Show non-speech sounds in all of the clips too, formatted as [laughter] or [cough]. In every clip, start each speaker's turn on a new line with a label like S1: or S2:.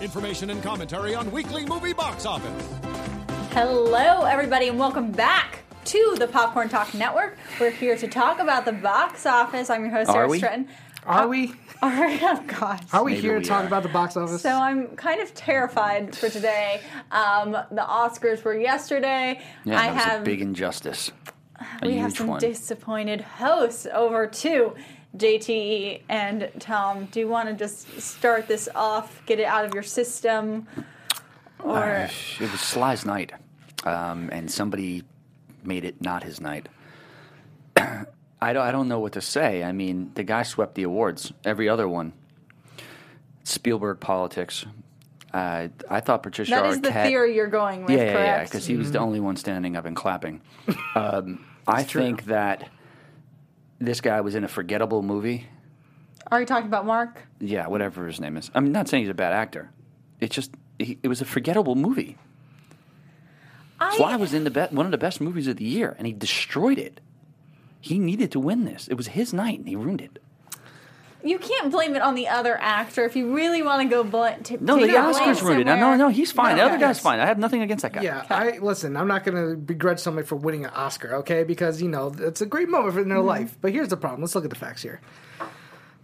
S1: Information and commentary on weekly movie box office.
S2: Hello, everybody, and welcome back to the Popcorn Talk Network. We're here to talk about the box office. I'm your host,
S3: Are
S2: Sarah
S3: we?
S2: Stratton.
S4: Are we?
S2: All right, [laughs] oh gosh.
S4: Are we
S3: Maybe
S4: here
S3: we
S4: to talk
S3: are.
S4: about the box office?
S2: So I'm kind of terrified for today. Um, the Oscars were yesterday.
S3: Yeah,
S2: I
S3: that was
S2: have
S3: a big injustice. A
S2: we
S3: huge
S2: have some
S3: one.
S2: disappointed hosts over to JTE and Tom. Do you want to just start this off? Get it out of your system, or
S3: Uh, it was Sly's night, um, and somebody made it not his night. [clears throat] I don't, I don't know what to say. I mean, the guy swept the awards, every other one. Spielberg politics. Uh, I thought Patricia
S2: that
S3: Arquette.
S2: is the theory you're going with,
S3: yeah, yeah, yeah,
S2: correct?
S3: because he was the only one standing up and clapping. Um, I think that this guy was in a forgettable movie.
S2: Are you talking about Mark?
S3: yeah, whatever his name is. I'm not saying he's a bad actor. It's just he, it was a forgettable movie.
S2: I-
S3: Fly was in the be- one of the best movies of the year, and he destroyed it. He needed to win this. It was his night, and he ruined it.
S2: You can't blame it on the other actor if you really want to go bl- to
S3: No,
S2: take blame
S3: the Oscars ruined it. No, no,
S2: somewhere.
S3: no, he's fine.
S2: No,
S3: the other
S2: no.
S3: guy's fine. I have nothing against that guy.
S4: yeah, I listen. I'm not going to begrudge somebody for winning an Oscar, okay? Because you know it's a great moment in their life. But here's the problem. Let's look at the facts here.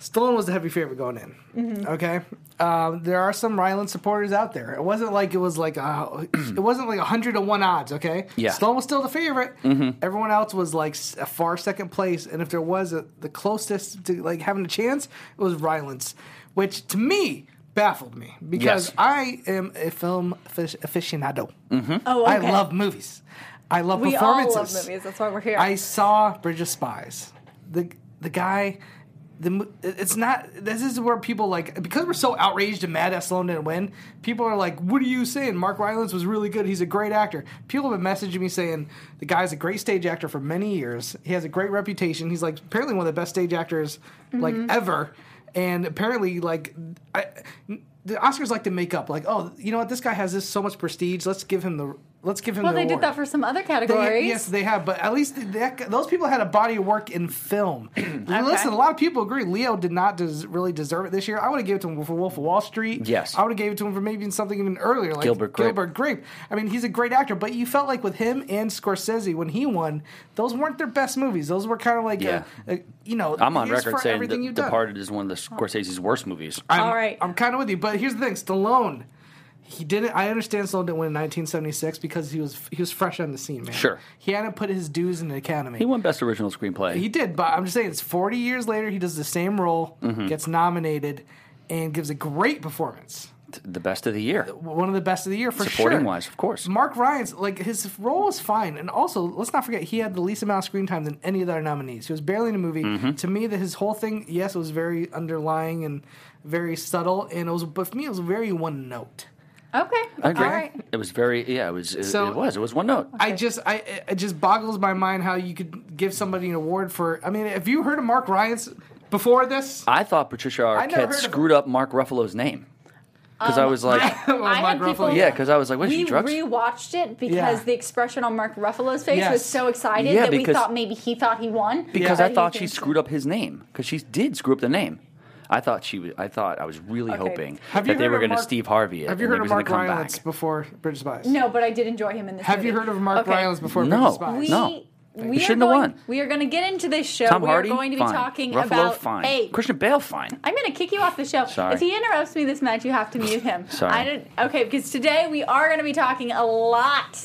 S4: Stallone was the heavy favorite going in. Okay, um, there are some Ryland supporters out there. It wasn't like it was like a, [clears throat] it wasn't like hundred to one odds. Okay,
S3: Yeah.
S4: Stallone was still the favorite. Everyone else was like s- a far second place, and if there was a, the closest to like having a chance, it was Ryland's, which to me baffled me because
S3: Yes.
S4: I am a film afic- aficionado.
S2: Oh, okay.
S4: I love movies. I love
S2: We all love
S4: performances.
S2: movies. That's why we're here.
S4: I saw Bridge of Spies. The the guy. The, mo- it's not. This is where people like because we're so outraged and mad that Sloan didn't win. People are like, "What are you saying? Mark Rylance was really good. He's a great actor." People have been messaging me saying the guy's a great stage actor for many years. He has a great reputation. He's like apparently one of the best stage actors like
S2: Mm-hmm.
S4: ever. And apparently, like I, the Oscars like to make up like, "Oh, you know what? This guy has this so much prestige. Let's give him the let's give him."
S2: well,
S4: the
S2: they did
S4: award."
S2: that for some other
S4: They-
S2: categories.
S4: yes, they have, but at least that, those people had a body of work in film. [clears throat] Listen, a lot of people agree. Leo did not des- really deserve it this year. I would have gave it to him for Wolf of Wall Street.
S3: Yes.
S4: I would have gave it to him for maybe even something even earlier, like
S3: Gilbert Grape.
S4: Grape. I mean, he's a great actor, but you felt like with him and Scorsese when he won, those weren't their best movies. Those were kind of like,
S3: Yeah.
S4: a, a- you know,
S3: I'm on
S4: here's
S3: record
S4: for
S3: saying
S4: everything
S3: that
S4: you've done.
S3: Departed is one of the Scorsese's worst movies.
S4: I'm,
S2: All right.
S4: I'm kind of with you, but here's the thing: Stallone. He didn't. I understand Stallone didn't win in 1976 because he was he was fresh on the scene, man.
S3: Sure.
S4: he hadn't put his dues in the Academy.
S3: he won Best Original Screenplay.
S4: He did, but I'm just saying, it's 40 years later. He does the same role, gets nominated, and gives a great performance.
S3: the best of the year,
S4: One of the best of the year for
S3: supporting
S4: sure.
S3: wise, of course.
S4: Mark Ryan's like his role was fine, and also let's not forget he had the least amount of screen time than any of the other nominees. He was barely in a movie.
S3: Mm-hmm.
S4: To me, that his whole thing, yes, it was very underlying and very subtle, and it was, but for me, it was very one note.
S2: okay.
S3: I agree.
S2: All right.
S3: It was very yeah. It was it,
S4: So-
S3: it was it was one note.
S4: I just, I, it- it just boggles my mind how you could give somebody an award for. I mean, have you heard of Mark Ryan's before this?
S3: I thought Patricia
S4: never heard
S3: Arquette
S4: of
S3: screwed up Mark Ruffalo's name because I was like,
S2: Um, [laughs]
S3: [laughs]
S2: I, I
S4: Mark
S2: had people.
S4: Ruffalo.
S3: yeah, because I was like, what is
S2: We
S3: she drugs?
S2: rewatched it because
S4: Yeah.
S2: the expression on Mark Ruffalo's face was
S4: Yes.
S2: so excited
S3: Yeah,
S2: that we
S3: because-
S2: thought maybe he thought he won.
S3: because
S2: but
S3: I
S2: he
S3: thought she
S2: thinks-
S3: screwed up his name because she did screw up the name. I thought she was. I thought I was really
S2: Okay.
S3: hoping
S4: Have you
S3: that they
S4: heard
S3: were
S4: of
S3: going to
S4: Mark-
S3: Steve Harvey it.
S4: Have you
S3: and
S4: heard
S3: he
S4: of
S3: was gonna
S4: Mark
S3: come
S4: Rylance
S3: back.
S4: before Bridge of Spies?
S2: No, but I did enjoy him in this.
S4: Have
S2: movie.
S4: you heard of Mark
S2: Okay.
S4: Rylance before
S3: No.
S4: Bridge of Spies?
S2: We,
S3: No.
S2: we
S3: He
S2: are
S3: shouldn't have
S2: going-
S3: won.
S2: We are going to get into this show.
S3: Tom
S2: we
S3: Hardy,
S2: are going to be
S3: fine.
S2: talking
S3: Ruffalo,
S2: about
S3: fine.
S2: Hey,
S3: Christian Bale, fine.
S2: I'm going to kick you off the show.
S3: Sorry.
S2: If he interrupts me this match, you have to mute him.
S3: [laughs] Sorry.
S2: I don't, okay, because today we are going to be talking a lot.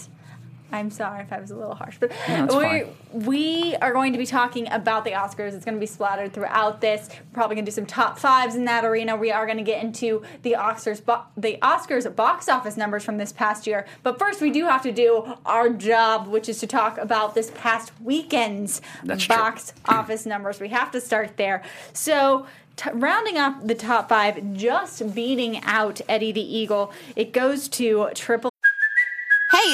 S2: I'm sorry if I was a little harsh, but
S3: No, it's
S2: we
S3: fine.
S2: we are going to be talking about the Oscars. It's going to be splattered throughout this. We're probably going to do some top fives in that arena. We are going to get into the Oscars bo- the Oscars box office numbers from this past year. But first, we do have to do our job, which is to talk about this past weekend's
S3: That's true. [clears throat]
S2: box office numbers. We have to start there. So, t- rounding up the top five, just beating out Eddie the Eagle, it goes to Triple
S5: Hey,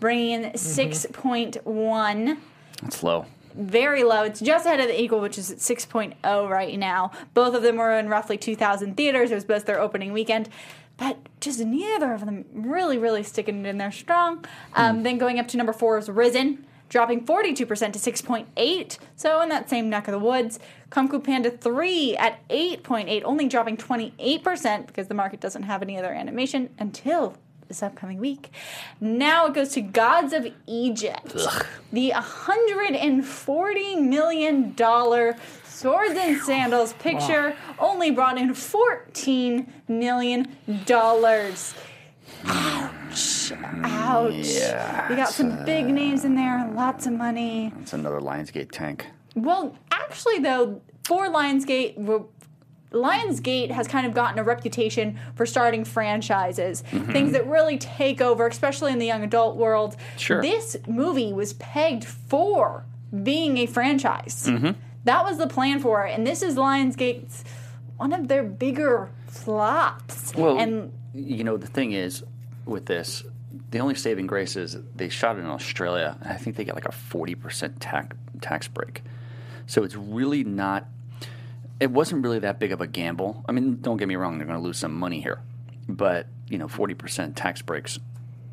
S2: bringing
S3: Mm-hmm.
S2: in six point one.
S3: That's low.
S2: very low. It's just ahead of the Eagle, which is at 6.0 right now. Both of them were in roughly 2,000 theaters. It was both their opening weekend. But just neither of them really, really sticking it in there strong. Um, Then going up to number four is Risen, dropping 42% to 6.8. So in that same neck of the woods. Kung Fu Panda 3 at 8.8, only dropping 28% because the market doesn't have any other animation until this upcoming week. Now it goes to Gods of Egypt, the 140 million dollar Swords and Sandals picture only brought in 14 million dollars. Ouch! Ouch! we got some big names in there, and lots of money.
S3: It's another Lionsgate tank.
S2: Well, actually, though, for Lionsgate, we're- Lionsgate has kind of gotten a reputation for starting franchises,
S3: Mm-hmm.
S2: things that really take over, especially in the young adult world.
S3: Sure.
S2: This movie was pegged for being a franchise.
S3: Mm-hmm.
S2: That was the plan for it, and this is Lionsgate's one of their bigger flops.
S3: Well,
S2: and
S3: you know the thing is with this, the only saving grace is they shot it in Australia. and I think they got like a forty percent tax tax break, so it's really not. It wasn't really that big of a gamble. I mean, don't get me wrong; they're going to lose some money here, but you know, forty percent tax breaks,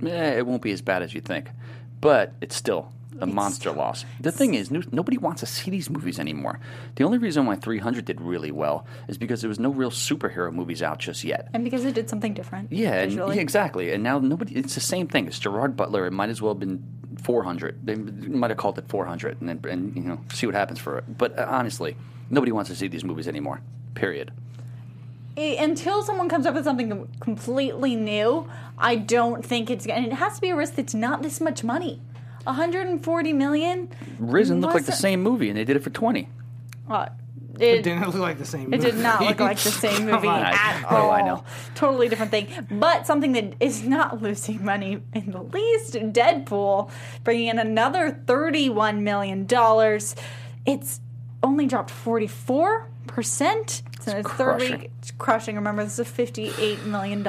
S3: eh, it won't be as bad as you think. But it's still a monster loss. The thing is, no, nobody wants to see these movies anymore. The only reason why 300 did really well is because there was no real superhero movies out just yet.
S2: and because it did something different.
S3: Yeah, and-
S2: visually.
S3: yeah, exactly. And now nobody. It's the same thing. It's Gerard Butler. It might as well have been 400. They might have called it 400, and then and you know see what happens for it. But uh, honestly, nobody wants to see these movies anymore. Period.
S2: it- until someone comes up with something completely new, I don't think it's and it has to be a risk that's not this much money. 140 million.
S3: Risen looked like the
S2: Wasn't-
S3: same movie, and they did it for 20.
S2: Uh,
S4: It
S2: it,
S4: didn't look like the same.
S2: it did not look like
S3: [laughs]
S2: the same movie
S4: on.
S2: at
S3: I-
S2: all.
S3: oh, I know.
S2: Totally different thing. But something that is not losing money in the least Deadpool, bringing in another $31 million. It's only dropped 44%. It's in its third
S3: crushing.
S2: week. It's crushing. Remember, this is a $58 million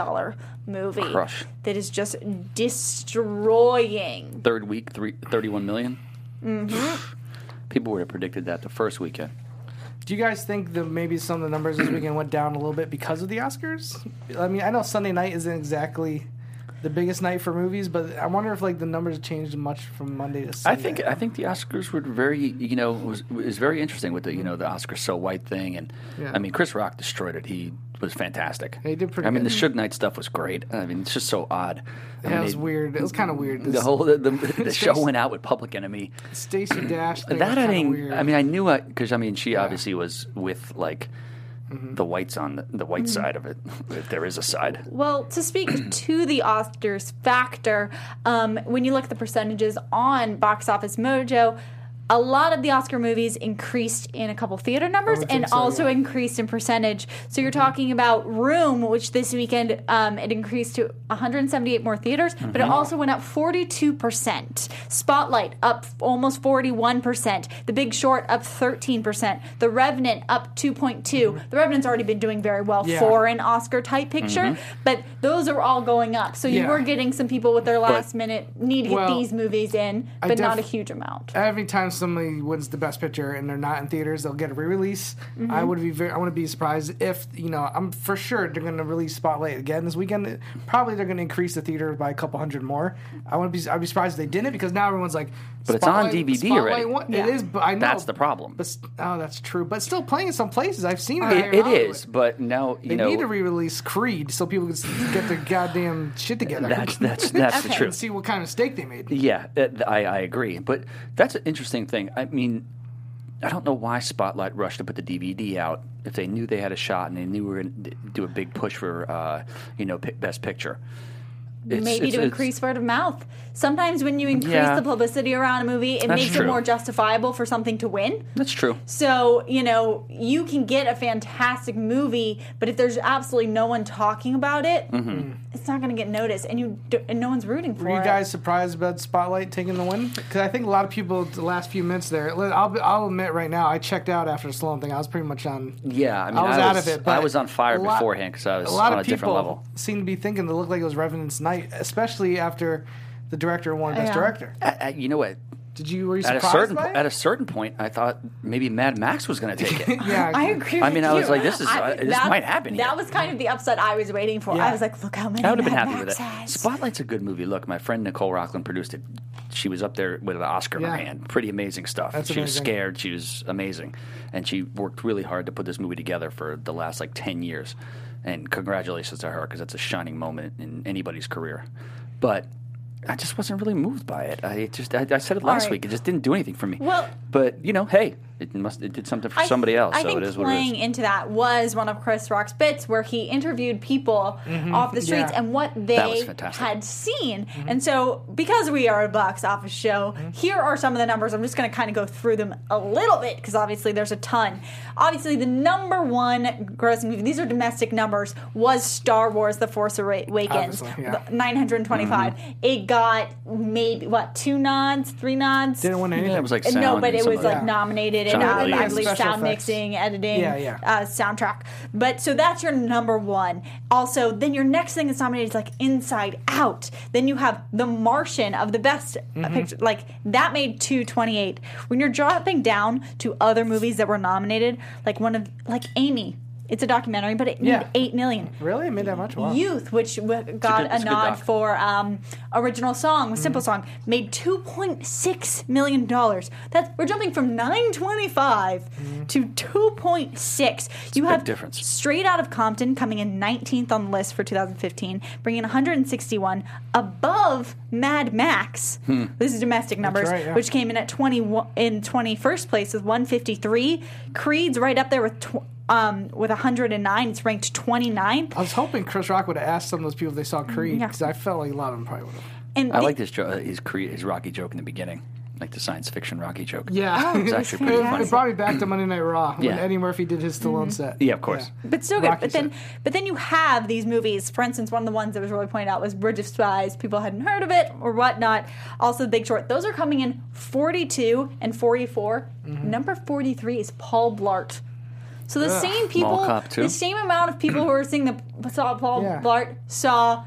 S2: movie
S3: Crush.
S2: that is just destroying
S3: Third week, three, 31 million. People would have predicted that the first weekend.
S4: Do you guys think that maybe some of the numbers this weekend went down a little bit because of the Oscars? I mean, I know Sunday night isn't exactly the biggest night for movies, but I wonder if like the numbers changed much from Monday to
S3: I
S4: Sunday.
S3: think I think the Oscars were very you know was is very interesting with the you know the Oscar so white thing and
S4: Yeah.
S3: I mean Chris Rock destroyed it he was fantastic
S4: He did pretty
S3: I mean
S4: good.
S3: the Suge Knight stuff was great I mean it's just so odd I
S4: Yeah,
S3: mean,
S4: it was
S3: they-
S4: weird. It was kind of weird.
S3: the whole the,
S4: [laughs]
S3: the, the show
S4: Stacy-
S3: went out with Public Enemy
S4: Stacy Dash. Thing
S3: that
S4: was
S3: I
S4: kinda
S3: didn't
S4: Weird.
S3: I mean I knew because I, mean she obviously was with like
S4: Mm-hmm.
S3: the whites on the, the white side of it [laughs] if there is a side
S2: Well, to
S4: [clears throat]
S2: speak to the Oscars factor, um, when you look at the percentages on Box Office Mojo, a lot of the Oscar movies increased in a couple theater numbers
S4: would
S2: and
S4: think so,
S2: also
S4: yeah. Mm-hmm.
S2: increased in percentage. So you're talking about Room, which this weekend um, it increased to 178 more theaters, but it
S4: Mm-hmm.
S2: also went up 42%. Spotlight up f- almost 41%. The Big Short up 13%. The Revenant up 2.2. The Revenant's already been doing very well
S4: Mm-hmm. Yeah.
S2: for an Oscar type picture,
S3: Mm-hmm.
S2: but those are all going up. So you
S4: Yeah.
S2: were getting some people with their last minute need to get
S4: Well,
S2: these movies in, but not a
S4: def-
S2: huge amount.
S4: Every time somebody wins the best picture and they're not in theaters, they'll get a re-release. I would be very, I wouldn't be surprised if you know I'm for sure they're going to release Spotlight again this weekend. Probably they're going to increase the theater by a couple hundred more. I wouldn't be I'd be surprised if they didn't because now everyone's like,
S3: But it's on
S4: "Spotlight-
S3: DVD
S4: Spotlight
S3: already."
S4: won."
S2: Yeah.
S4: It is, but I know
S3: That's the problem.
S4: But s- oh, that's true. But it's still playing in some places. I've seen it.
S3: it,
S4: here
S3: it
S4: in
S3: is
S4: Hollywood.
S3: but now you
S4: They
S3: know
S4: need to re-release Creed so people can s- get their goddamn shit together.
S3: that's that's that's the
S2: Okay.
S3: truth
S4: [laughs] and see what kind of mistake they made.
S3: Yeah, that- I, I agree. But that's an interesting thing. I mean, I don't know why Spotlight rushed to put the DVD out if they knew they had a shot and they knew we were going to do a big push for, uh, you know, pi- Best Picture. It's-
S2: maybe
S3: it's-
S2: to
S3: it's-
S2: increase word of mouth. Sometimes when you increase
S3: Yeah.
S2: the publicity around a movie, it
S3: That's
S2: makes
S3: true.
S2: it more justifiable for something to win.
S3: That's true.
S2: So, you know, you can get a fantastic movie, but if there's absolutely no one talking about it,
S3: Mm-hmm.
S2: it's not going to get noticed and you do, and no one's rooting for
S4: Were you
S2: it.
S4: guys surprised about Spotlight taking the win? Because I think a lot of people the last few minutes there. let- I'll, be- I'll admit right now, I checked out after the Sloan thing. I was pretty much on.
S3: Yeah, I mean,
S4: was
S3: I
S4: out
S3: was-
S4: of it.
S3: I
S4: But
S3: was on fire
S4: a lot-
S3: beforehand 'cause I was
S4: a lot
S3: on
S4: of
S3: a different
S4: people
S3: level.
S4: Seemed to be thinking it looked like it was Revenant's night, especially after the director won Best
S2: Yeah.
S4: Director.
S3: At- at- you know what?
S4: Did you were you
S3: At a
S4: surprised
S3: certain
S4: by
S3: po-
S4: it?
S3: at a certain point, I thought maybe Mad Max was going to take it.
S4: yeah,
S2: I agree.
S3: I mean,
S2: with
S3: I was
S2: you.
S3: like, this is- uh, this might happen
S2: That
S3: here.
S2: was kind of the upset I was waiting for.
S4: Yeah.
S2: I was like, look how many.
S3: I would have been
S2: Mad
S3: happy
S2: Max
S3: with it.
S2: has.
S3: Spotlight's a good movie. Look, my friend Nicole Rockland produced it. She was up there with an Oscar in her
S4: Yeah.
S3: hand. Pretty amazing stuff.
S4: That's
S3: she was
S4: amazing.
S3: scared. She was amazing, and she worked really hard to put this movie together for the last like ten years. And congratulations to her because that's a shining moment in anybody's career. But I just wasn't really moved by it. I just I, I said it last
S2: right.
S3: week. It just didn't do anything for me.
S2: Well-
S3: but you know, hey, it must it did something for
S2: I-
S3: somebody else.
S2: I
S3: so
S2: think
S3: it is what it
S2: playing
S3: is.
S2: into that was one of Chris Rock's bits where he interviewed people off the streets
S4: Mm-hmm. Yeah. Mm-hmm.
S2: and what
S3: was
S2: they
S3: fantastic.
S2: had seen. And so, because we are a box office show, here are some of the numbers. I'm just going to kind of go through them a little bit because obviously there's a ton. Obviously, the number one grossing movie, these are domestic numbers, was Star Wars The Force Awakens.
S4: Obviously, yeah. Mm-hmm.
S2: 925. It got maybe, what, two nods, three nods?
S4: didn't win anything.
S3: Yeah, it was like
S2: Uh,
S3: sound
S2: no, but
S3: and
S2: it
S3: some
S2: was
S3: other-
S2: like nominated and
S3: Sound
S2: uh,
S3: really
S2: I
S3: is.
S2: believe
S4: Special
S2: sound
S4: effects.
S2: mixing, editing,
S4: Yeah, yeah.
S2: Uh, soundtrack. But so that's your number one. Also, then your next thing that's nominated is like Inside Out. Then you have The Martian of the best
S4: Mm-hmm.
S2: uh picture, like that made two twenty eight. When you're dropping down to other movies that were nominated, like one of like Amy, it's a documentary, but it
S4: Yeah.
S2: made eight million.
S4: really it made that much. Wow.
S2: Youth, which w- got
S3: good-
S2: a,
S3: it's a good
S2: nod
S3: doc. Mm.
S2: for um, original song with Simple Song, made two point six million dollars. That's we're jumping from nine twenty five to two point six. You
S3: Mm. big
S2: have
S3: difference.
S2: Straight out of Compton coming in nineteenth on the list for 2015, bringing 161 above Mad Max.
S3: Hmm.
S2: This is domestic numbers,
S4: right, yeah.
S2: which came in at 20 in 21st place with 153. Creed's right up there with. Tw- um, with 109, it's ranked 29th.
S4: I was hoping Chris Rock would have asked some of those people if they saw Creed because I felt like a lot of them probably would have.
S2: And
S3: I
S2: the-
S3: like this jo- uh, his cre- his Rocky joke in the beginning, like the science fiction Rocky joke.
S4: Yeah, [laughs]
S3: it's
S4: it,
S3: actually pretty funny.
S4: it brought me back to Monday Night Raw
S3: Yeah. Mm-hmm.
S4: when Eddie Murphy did his Stallone set.
S3: Yeah, of course.
S2: but still good.
S4: Rocky
S2: But then,
S4: said.
S2: but then you have these movies. For instance, one of the ones that was really pointed out was Bridge of Spies. People hadn't heard of it or whatnot. Also, The Big Short. Those are coming in 42 and 44.
S4: Mm-hmm.
S2: Number 43 is Paul Blart. So the same people,
S3: Cop, too.
S2: the same amount of people who are seeing the saw Paul
S4: Yeah.
S2: Blart saw.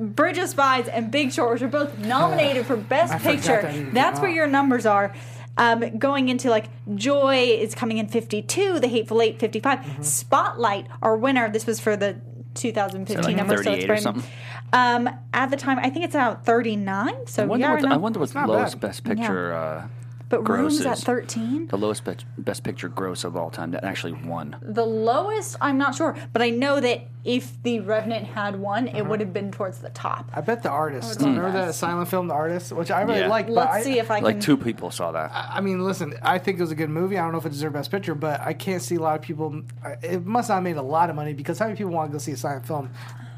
S2: Bridge of Spies and Big Short, which are both nominated for Best
S4: I forgot
S2: Picture.
S4: that Oh, even
S2: That's
S4: came
S2: where
S4: out.
S2: your numbers are. Um, going into like Joy is coming in 52, The Hateful Eight 55,
S3: Mm-hmm.
S2: Spotlight, our winner. This was for the 2015
S3: Is that like
S2: number, so it's
S3: 38 or
S2: brand-
S3: something?
S2: Um, at the time, I think it's out 39. So
S3: I
S2: we
S3: wonder
S2: are
S3: what the,
S2: not-
S3: I wonder what the
S4: not
S3: lowest
S4: bad.
S3: best picture uh,
S2: but
S3: gross
S2: rooms at
S3: is.
S2: 13.
S3: the lowest best, best picture gross of all time that actually won.
S2: The lowest, I'm not sure, but I know that if the Revenant had won,
S3: Uh-huh.
S2: it would have been towards the top.
S4: I bet the artist. Remember that silent film, The Artist, which I really
S3: Yeah.
S4: liked.
S2: Let's
S4: but I,
S2: see if I
S3: Like
S2: can.
S3: two people saw that.
S4: I mean, listen, I think it was a good movie. I don't know if it deserved Best Picture, but I can't see a lot of people. I- It must not have made a lot of money because how many people want to go see a silent film?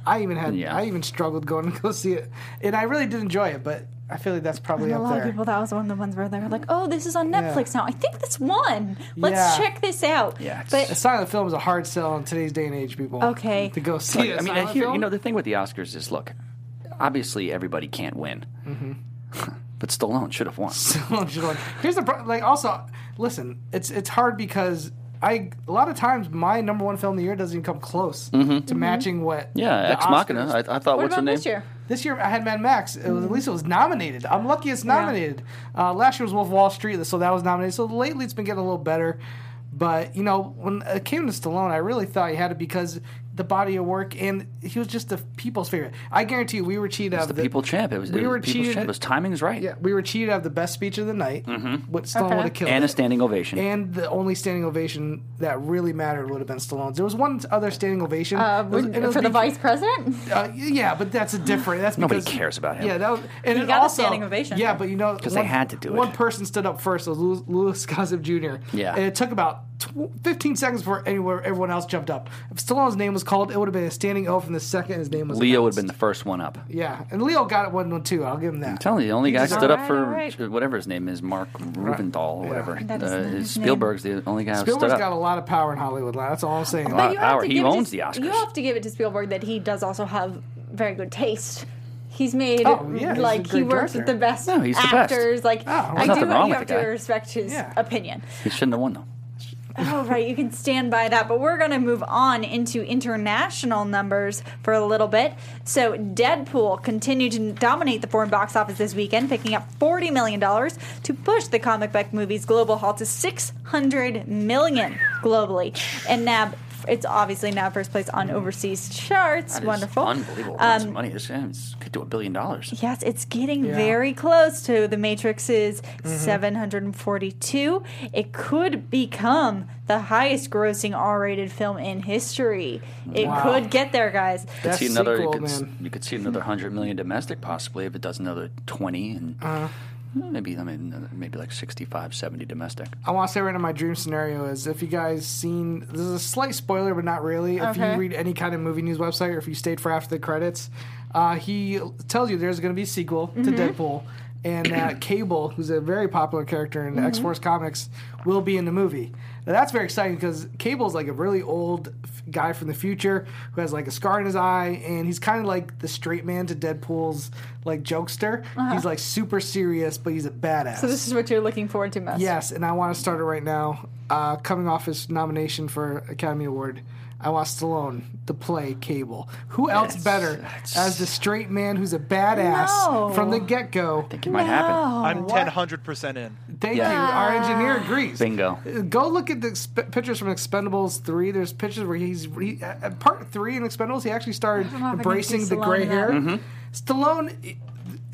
S4: I even had,
S3: Yeah.
S4: I even struggled going to go see it, and I really did enjoy it. But I feel like that's probably
S2: a
S4: up
S2: lot
S4: there.
S2: of people, that was one of the ones where they were like, oh, this is on Netflix now. I think this won. Let's
S4: Yeah.
S2: check this out.
S3: Yeah, it's-
S4: a
S2: But
S4: silent film is a hard sell in today's day and age, people.
S2: Okay.
S4: to go see.
S3: Like,
S4: a
S3: I mean,
S4: silent
S3: I hear,
S4: film?
S3: you know, the thing with the Oscars is look, obviously everybody can't win,
S4: Mm-hmm.
S3: [laughs] but Stallone should have won.
S4: [laughs] I'm just like, here's the pro- like. Also, listen, it's it's hard because I a lot of times my number one film of the year doesn't even come close to matching what.
S3: Mm-hmm. Yeah,
S4: the
S3: Ex Machina.
S4: Oscars-
S3: I, I thought
S2: what
S3: what's
S2: about
S3: her name?
S2: this year?
S4: this year I had Mad Max. It was, At least it was nominated. I'm lucky it's nominated. Uh, last year was Wolf of Wall Street, so that was nominated. So lately it's been getting a little better. But you know, when it came to Stallone, I really thought he had it because the body of work, and he was just the people's favorite. I guarantee you, we were cheated out
S3: The
S4: of
S3: People Champ. It was,
S4: We
S3: it
S4: were
S3: was People's
S4: cheated-
S3: Champ. It was timing's right.
S4: Yeah, we were cheated out of the best speech of the night. Mm-hmm. What Stallone would have killed.
S3: And a
S4: it
S3: standing ovation.
S4: and the only standing ovation that really mattered would have been Stallone's. There was one other standing ovation It was- and it was
S2: Uh, for the
S4: be-
S2: vice president?
S4: Uh, yeah, but that's a different. That's
S3: Nobody
S4: because-
S3: cares about him.
S4: Yeah, that was, and it
S2: got a
S4: also
S2: standing ovation.
S4: Yeah, but you know, because
S3: they had to do it.
S4: One person stood up first. It was Louis, Louis Gossett Jr.
S3: Yeah.
S4: and it took about tw- fifteen seconds before anyone, everyone else jumped up. If Stallone's name was called, it would have been a standing O from the second. His name was
S3: Leo would
S4: announced.
S3: have been the first one up.
S4: Yeah, and Leo got it one one too. I'll give him that.
S3: I'm telling you, the only guy
S2: just-
S3: stood up
S2: Alright,
S3: for
S2: alright.
S3: whatever his name is, Mark Rubendahl or whatever.
S2: That is
S3: Uh,
S2: not his name.
S3: Spielberg's the only guy who stood
S4: Spielberg's
S3: up.
S4: got a lot of power in Hollywood. That's all I'm saying.
S3: lot of
S2: you have
S3: power.
S2: to
S3: He
S2: give it to-
S3: owns the Oscars.
S2: You have to give it to Spielberg that he does also have very good taste. He's made
S4: Oh, yeah, he's a
S2: like he
S4: great
S2: works with
S4: director.
S2: the best
S3: No, he's the best.
S2: actors. Like
S4: Oh,
S2: I
S4: there's
S2: do,
S3: nothing wrong
S2: you
S3: with
S2: have
S3: the
S2: to
S3: guy.
S2: respect his
S4: Yeah.
S2: opinion.
S3: he shouldn't have won though.
S2: Oh, right. You can stand by that. But we're going to move on into international numbers for a little bit. So, Deadpool continued to dominate the foreign box office this weekend, picking up $40 million to push the comic book movie's global haul to $600 million globally. And now It's obviously now first place on overseas charts.
S3: That is
S2: Wonderful. Um,
S3: unbelievable. amounts of money. This yeah, it's- could do a billion dollars.
S2: Yes, it's getting
S4: Yeah. Mm-hmm.
S2: very close to the Matrix's 742. It could become the highest grossing R-rated film in history. It
S4: Wow.
S2: could get there, guys.
S3: Could
S4: That's
S3: see another.
S4: sequel,
S3: you, could, s-
S4: man.
S3: you could see another hundred million domestic possibly if it does another twenty and
S4: Uh-huh.
S3: eh, maybe I mean another- maybe like 65, 70 domestic.
S4: I want to say right now, my dream scenario is if you guys seen. This is a slight spoiler, but not really. If
S2: Okay.
S4: you read any kind of movie news website or if you stayed for after the credits, uh, he tells you there's going to be a sequel to Deadpool. And uh, Cable, who's a very popular character in X Force comics, will be in the movie. Now, that's very exciting because Cable's like a really old f- guy from the future who has like a scar in his eye, and he's kind of like the straight man to Deadpool's like jokester. He's like super serious, but he's a badass.
S2: So this is what you're looking forward to most.
S4: Yes, and I want to start it right now. Uh, coming off his nomination for Academy Award, I want Stallone to play Cable. Who else
S3: Yes.
S4: better as the straight man who's a badass
S2: No.
S4: from the get go?
S3: I think it might happen.
S6: I'm 1,000% in.
S4: Thank
S3: Yeah.
S4: you. Our engineer agrees.
S3: Bingo.
S4: Uh, Go look at the exp- pictures from Expendables three. There's pictures where he's he, at at part three in Expendables. He actually started
S2: don't know if I can
S4: embracing
S2: see
S4: the gray
S2: Stallone
S4: hair.
S2: in
S4: Stallone i-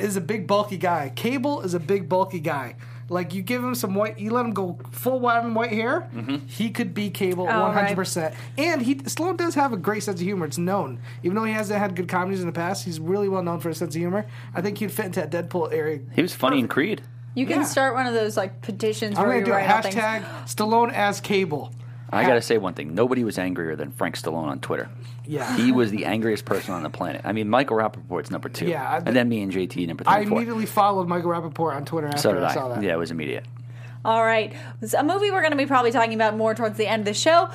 S4: is a big bulky guy. Cable is a big bulky guy. Like you give him some white, you let him go full on white hair. He could be Cable
S2: Oh, right.
S4: one hundred percent. And he Stallone does have a great sense of humor. It's known, even though he hasn't had good comedies in the past. He's really well known for his sense of humor. I think he'd fit into that Deadpool area
S3: He was funny in Creed.
S2: You can
S4: Yeah.
S2: start one of those like petitions
S4: I'm
S2: where
S4: gonna
S2: you
S4: do a
S2: write out things.
S4: hashtag Stallone as Cable.
S3: I gotta say one thing. Nobody was angrier than Frank Stallone on Twitter.
S4: Yeah.
S3: He was the angriest person on the planet. I mean, Michael Rappaport's number two.
S4: Yeah, I-
S3: and then me and JT number three.
S4: I
S3: and four.
S4: immediately followed Michael Rappaport on Twitter after
S3: so did
S4: I,
S3: I.
S4: saw that.
S3: Yeah, it was immediate.
S2: All right. It's a movie we're going to be probably talking about more towards the end of the show.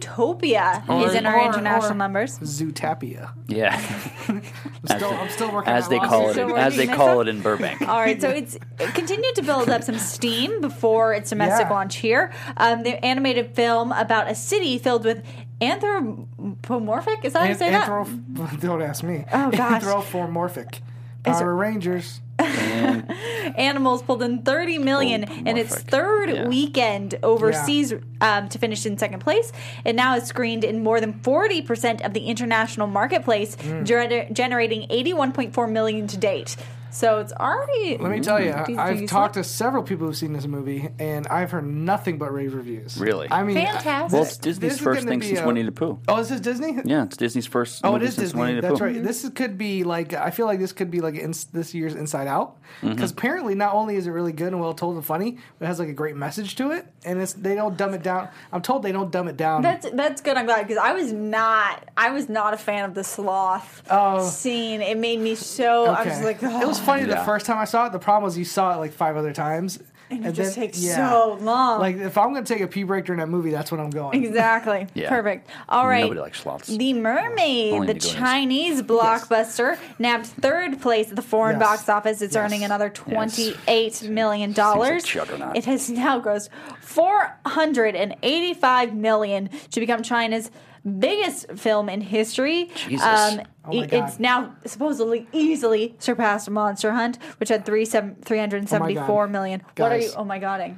S2: Zootopia is in our
S4: Or-
S2: international
S4: or
S2: numbers.
S4: Zootapia. [laughs]
S3: Yeah. [laughs]
S4: I'm still, I'm still working
S3: as
S4: that
S3: they
S4: lawsuit.
S3: call it,
S2: Still
S3: as they
S2: working
S3: call
S2: this
S3: it in
S4: [laughs]
S3: Burbank.
S2: All right, so it's it continued to build up some steam before its domestic
S4: Yeah.
S2: launch here. Um, the animated film about a city filled with anthropomorphic. Is that how you
S4: An-
S2: say that?
S4: anthrop- [laughs] don't ask me.
S2: Oh, gosh.
S4: Anthropomorphic. Power Rangers.
S2: Animals pulled in 30 million
S4: Oh,
S2: in its
S3: Anthropomorphic.
S2: third
S3: Yeah.
S2: weekend overseas um, to finish in second place. It now is screened in more than 40% of the international marketplace,
S4: Mm.
S2: gener- generating 81.4 million to date. So it's already.
S4: Let me tell you,
S2: Do you- do you
S4: I've
S2: see
S4: talked
S2: it?
S4: to several people who've seen this movie, and I've heard nothing but rave reviews.
S3: Really?
S4: I mean,
S2: Fantastic.
S3: well,
S2: This-
S3: it's Disney's
S4: this is
S3: first
S4: gonna
S3: thing
S4: be
S3: since
S4: a-
S3: Winnie the Pooh.
S4: Oh, is this Disney?
S3: Yeah, it's Disney's first.
S4: Oh, it
S3: movie
S4: is
S3: since Winnie
S4: Disney.
S3: the
S4: That's
S3: Pooh.
S4: right. This is- could be like I feel like this could be like in, this year's Inside Out
S3: Mm-hmm.
S4: because apparently not only is it really good and well told and funny, but it has like a great message to it, and it's they don't dumb it down. I'm told they don't dumb it down.
S2: That's that's good. I'm glad because I was not I was not a fan of the sloth scene. It made me so I was
S4: Oh. Okay.
S2: like,
S4: it was funny
S3: Yeah.
S4: the first time I saw it. The problem was you saw it like five other times,
S2: And it just takes so long. Oh
S4: Like if I'm gonna take a pee break during that movie, that's when I'm going.
S2: [laughs] Exactly.
S3: Yeah.
S2: Perfect. All right.
S3: Nobody likes sloths.
S2: The Mermaid,
S3: Only
S2: the
S3: the gorillas.
S2: Chinese blockbuster, nabbed third place at the foreign
S4: Yes.
S2: box office. It's
S4: Yes.
S2: earning another twenty-eight million
S3: like
S2: dollars.
S3: juggernaut.
S2: It has now grossed four hundred and eighty-five million to become China's biggest film in history. Um,
S3: Jesus.
S4: Oh my
S2: it-
S4: God.
S2: it's now supposedly easily surpassed Monster Hunt, which had three seven three hundred and seventy-four million. What are
S4: Oh Guys.
S2: you? Oh my godding!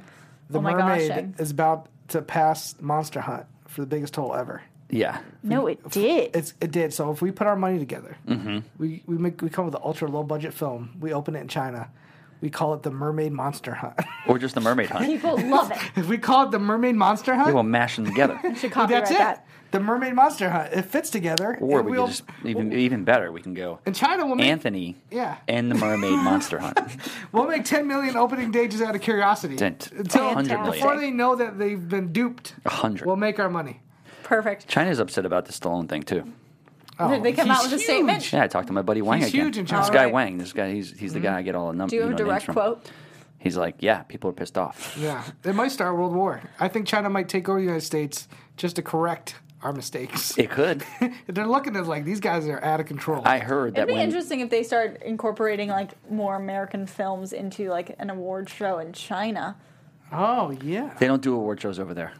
S4: the
S2: oh my
S4: mermaid
S2: goshing!
S4: is about to pass Monster Hunt for the biggest hole ever.
S3: Yeah.
S2: No, it did.
S4: It's, it did. So if we put our money together,
S3: Mm-hmm.
S4: we we make we come with an ultra low budget film. We open it in China. We call it the Mermaid Monster Hunt. [laughs]
S3: Or just the Mermaid Hunt.
S2: People love it.
S4: if we call it the Mermaid Monster Hunt,
S3: They will mash them
S4: [laughs]
S3: together.
S2: should
S4: that's
S2: copyright
S4: it.
S2: that.
S4: The Mermaid Monster Hunt. It fits together.
S3: Or
S4: and
S3: we
S4: we'll-
S3: could just even even better. We can go.
S4: in China we'll make,
S3: Anthony.
S4: Yeah.
S3: And the Mermaid Monster
S4: [laughs]
S3: Hunt.
S4: we'll make ten million opening day just out of curiosity.
S3: Dent.
S4: Until
S3: Hundred
S2: Fantastic.
S4: before
S3: million.
S4: they know that they've been duped.
S3: A hundred.
S4: We'll make our money.
S2: Perfect.
S3: China's upset about the Stallone thing too.
S4: Oh,
S2: they come out
S4: he's
S2: with a statement?
S4: huge.
S3: Yeah, I talked to my buddy Wang
S4: He's
S3: again.
S4: huge in
S3: this
S4: China.
S3: guy
S2: Alright.
S3: Wang, this guy, he's he's the guy I get all the numbers.
S2: Mm-hmm. Do you have a direct quote?
S3: He's like, yeah, people are pissed off.
S4: Yeah, it might start a world war. I think China might take over the United States just to correct our mistakes.
S2: [laughs]
S3: It could.
S4: They're looking at it like these guys are out of control.
S3: I heard that
S2: It'd be
S3: when
S2: interesting if they start incorporating like more American films into like an award show in China.
S4: oh yeah,
S3: they don't do award shows over there.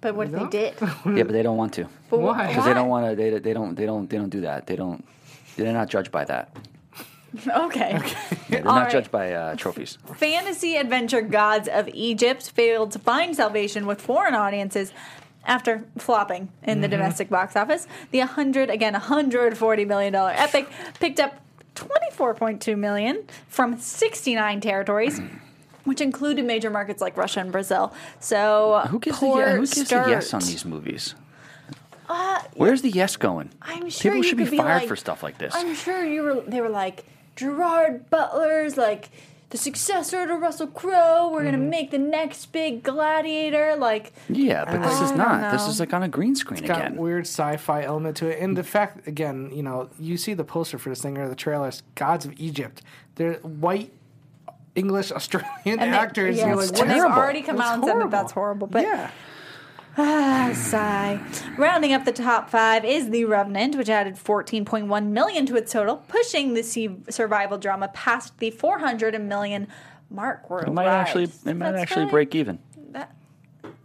S2: But what if
S4: No.
S2: they
S4: [laughs]
S2: did?
S3: Yeah, but they don't want to
S2: But wh-
S4: Why?
S3: because they don't want to. They, they don't. They don't. They don't do that. They don't. They're not judged by that.
S2: [laughs] Okay.
S3: Yeah, they're
S2: All
S3: not
S2: right.
S3: judged by uh, trophies.
S2: Fantasy adventure gods of Egypt failed to find salvation with foreign audiences after flopping in
S3: Mm-hmm.
S2: the domestic box office. The 100 again 140 million dollar epic picked up 24.2 million from 69 territories. [clears throat] Which included major markets like Russia and Brazil. So
S3: Who gives, the,
S2: poor Uh,
S3: yeah, who gives the yes
S2: start.
S3: on these movies? Where's the yes going?
S2: I'm sure
S3: people
S2: you
S3: should
S2: could
S3: be
S2: be
S3: fired
S2: like-
S3: for stuff like this.
S2: I'm sure you were. They were like Gerard Butler's like the successor to Russell Crowe. We're
S3: Mm-hmm.
S2: gonna make the next big Gladiator. Like
S3: yeah, but this is
S2: don't
S3: not. This
S2: know.
S3: is like on a green screen
S4: got
S3: again.
S4: weird sci-fi element to it. And the fact, again, you know, you see the poster for this thing or the trailers, gods of Egypt. They're white English [laughs] Australian
S2: and
S4: actors.
S2: They,
S4: You're
S2: it's
S4: like, what is-
S2: they've
S3: terrible.
S2: already come
S4: That's
S2: out and said that
S4: horrible.
S2: that's horrible. But
S4: yeah,
S2: Sigh. Rounding up the top five is The Revenant, which added 14.1 million to its total, pushing the sea survival drama past the 400 million mark.
S3: It might actually. It might actually break even.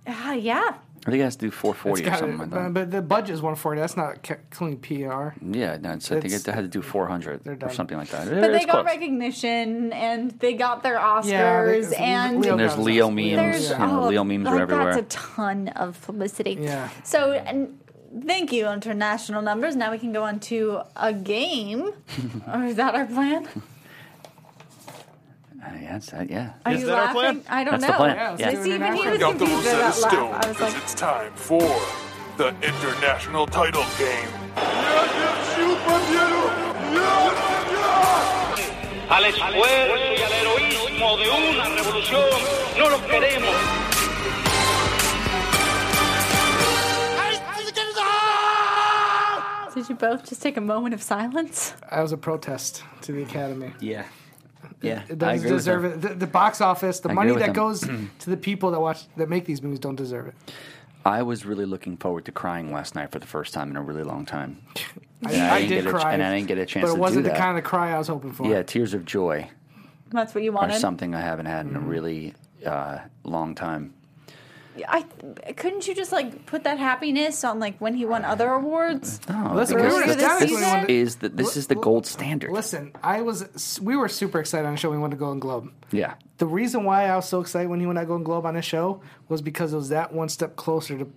S2: Ah, yeah.
S3: I think it has to do 440 or
S4: Got
S3: something
S4: it.
S3: like
S4: but,
S3: that.
S4: but the budget's 140. That's not ca- clean PR.
S3: Yeah, no, it's, I think
S4: It's-
S3: it had to do 400 or
S4: done.
S3: something like that.
S2: But
S3: it's
S2: they got
S3: close.
S2: recognition and they got their
S4: Yeah, they-
S2: Oscars
S4: it's-
S2: and
S4: Leo
S3: And there's
S4: got
S3: Leo
S4: us.
S3: memes.
S2: there's
S3: you
S4: Yeah.
S3: know,
S2: oh,
S3: Leo memes
S2: like,
S3: are everywhere.
S2: That's a ton of publicity.
S4: Yeah.
S2: So and thank you international numbers. Now we can go on to a game. or is that our plan?
S3: Uh, yeah, it's, uh, yeah.
S2: Are
S1: Is
S2: you
S1: that our
S2: laughing?
S1: plan?
S2: I don't
S3: That's
S2: know.
S3: the plan.
S4: Yeah, let's
S3: Yeah.
S4: do
S2: See, even he
S4: international.
S2: was
S6: Count the
S2: confused by
S6: Rosetta
S2: that
S6: Stone
S2: laugh. I was
S6: because
S2: like,
S6: it's time for the international title game.
S7: al esfuerzo y al heroísmo de una revolución. No los queremos.
S2: did you both just take a moment of silence?
S4: That was a protest to the Academy.
S3: Yeah. Yeah.
S4: It
S3: I
S4: doesn't
S3: agree with
S4: deserve
S3: him.
S4: it. The, the box office, the
S3: I
S4: money
S3: agree
S4: that
S3: with [clears throat]
S4: goes to the people that watch that make these movies, don't deserve it.
S3: I was really looking forward to crying last night for the first time in a really long time.
S4: I,
S3: And I
S4: I
S3: didn't
S4: did
S3: get a ch-
S4: cry,
S3: and I didn't get a chance
S4: But
S3: to
S4: it
S3: do
S4: wasn't the
S3: that.
S4: kind of cry I was hoping for.
S3: Yeah, tears of joy
S2: That's what you
S3: are
S2: wanted.
S3: something I haven't had in
S4: Mm-hmm.
S3: a really uh, long time.
S2: I couldn't you just like put that happiness on like when he won other awards?
S3: No,
S4: Listen,
S3: because
S2: we were
S3: this,
S2: just
S3: this
S2: down to
S3: is the this is the
S4: L-
S3: gold standard.
S4: Listen, I was we were super excited on the show. We won the Golden Globe.
S3: Yeah.
S4: The reason why I was so excited when he won that Golden Globe on his show was because it was that one step closer to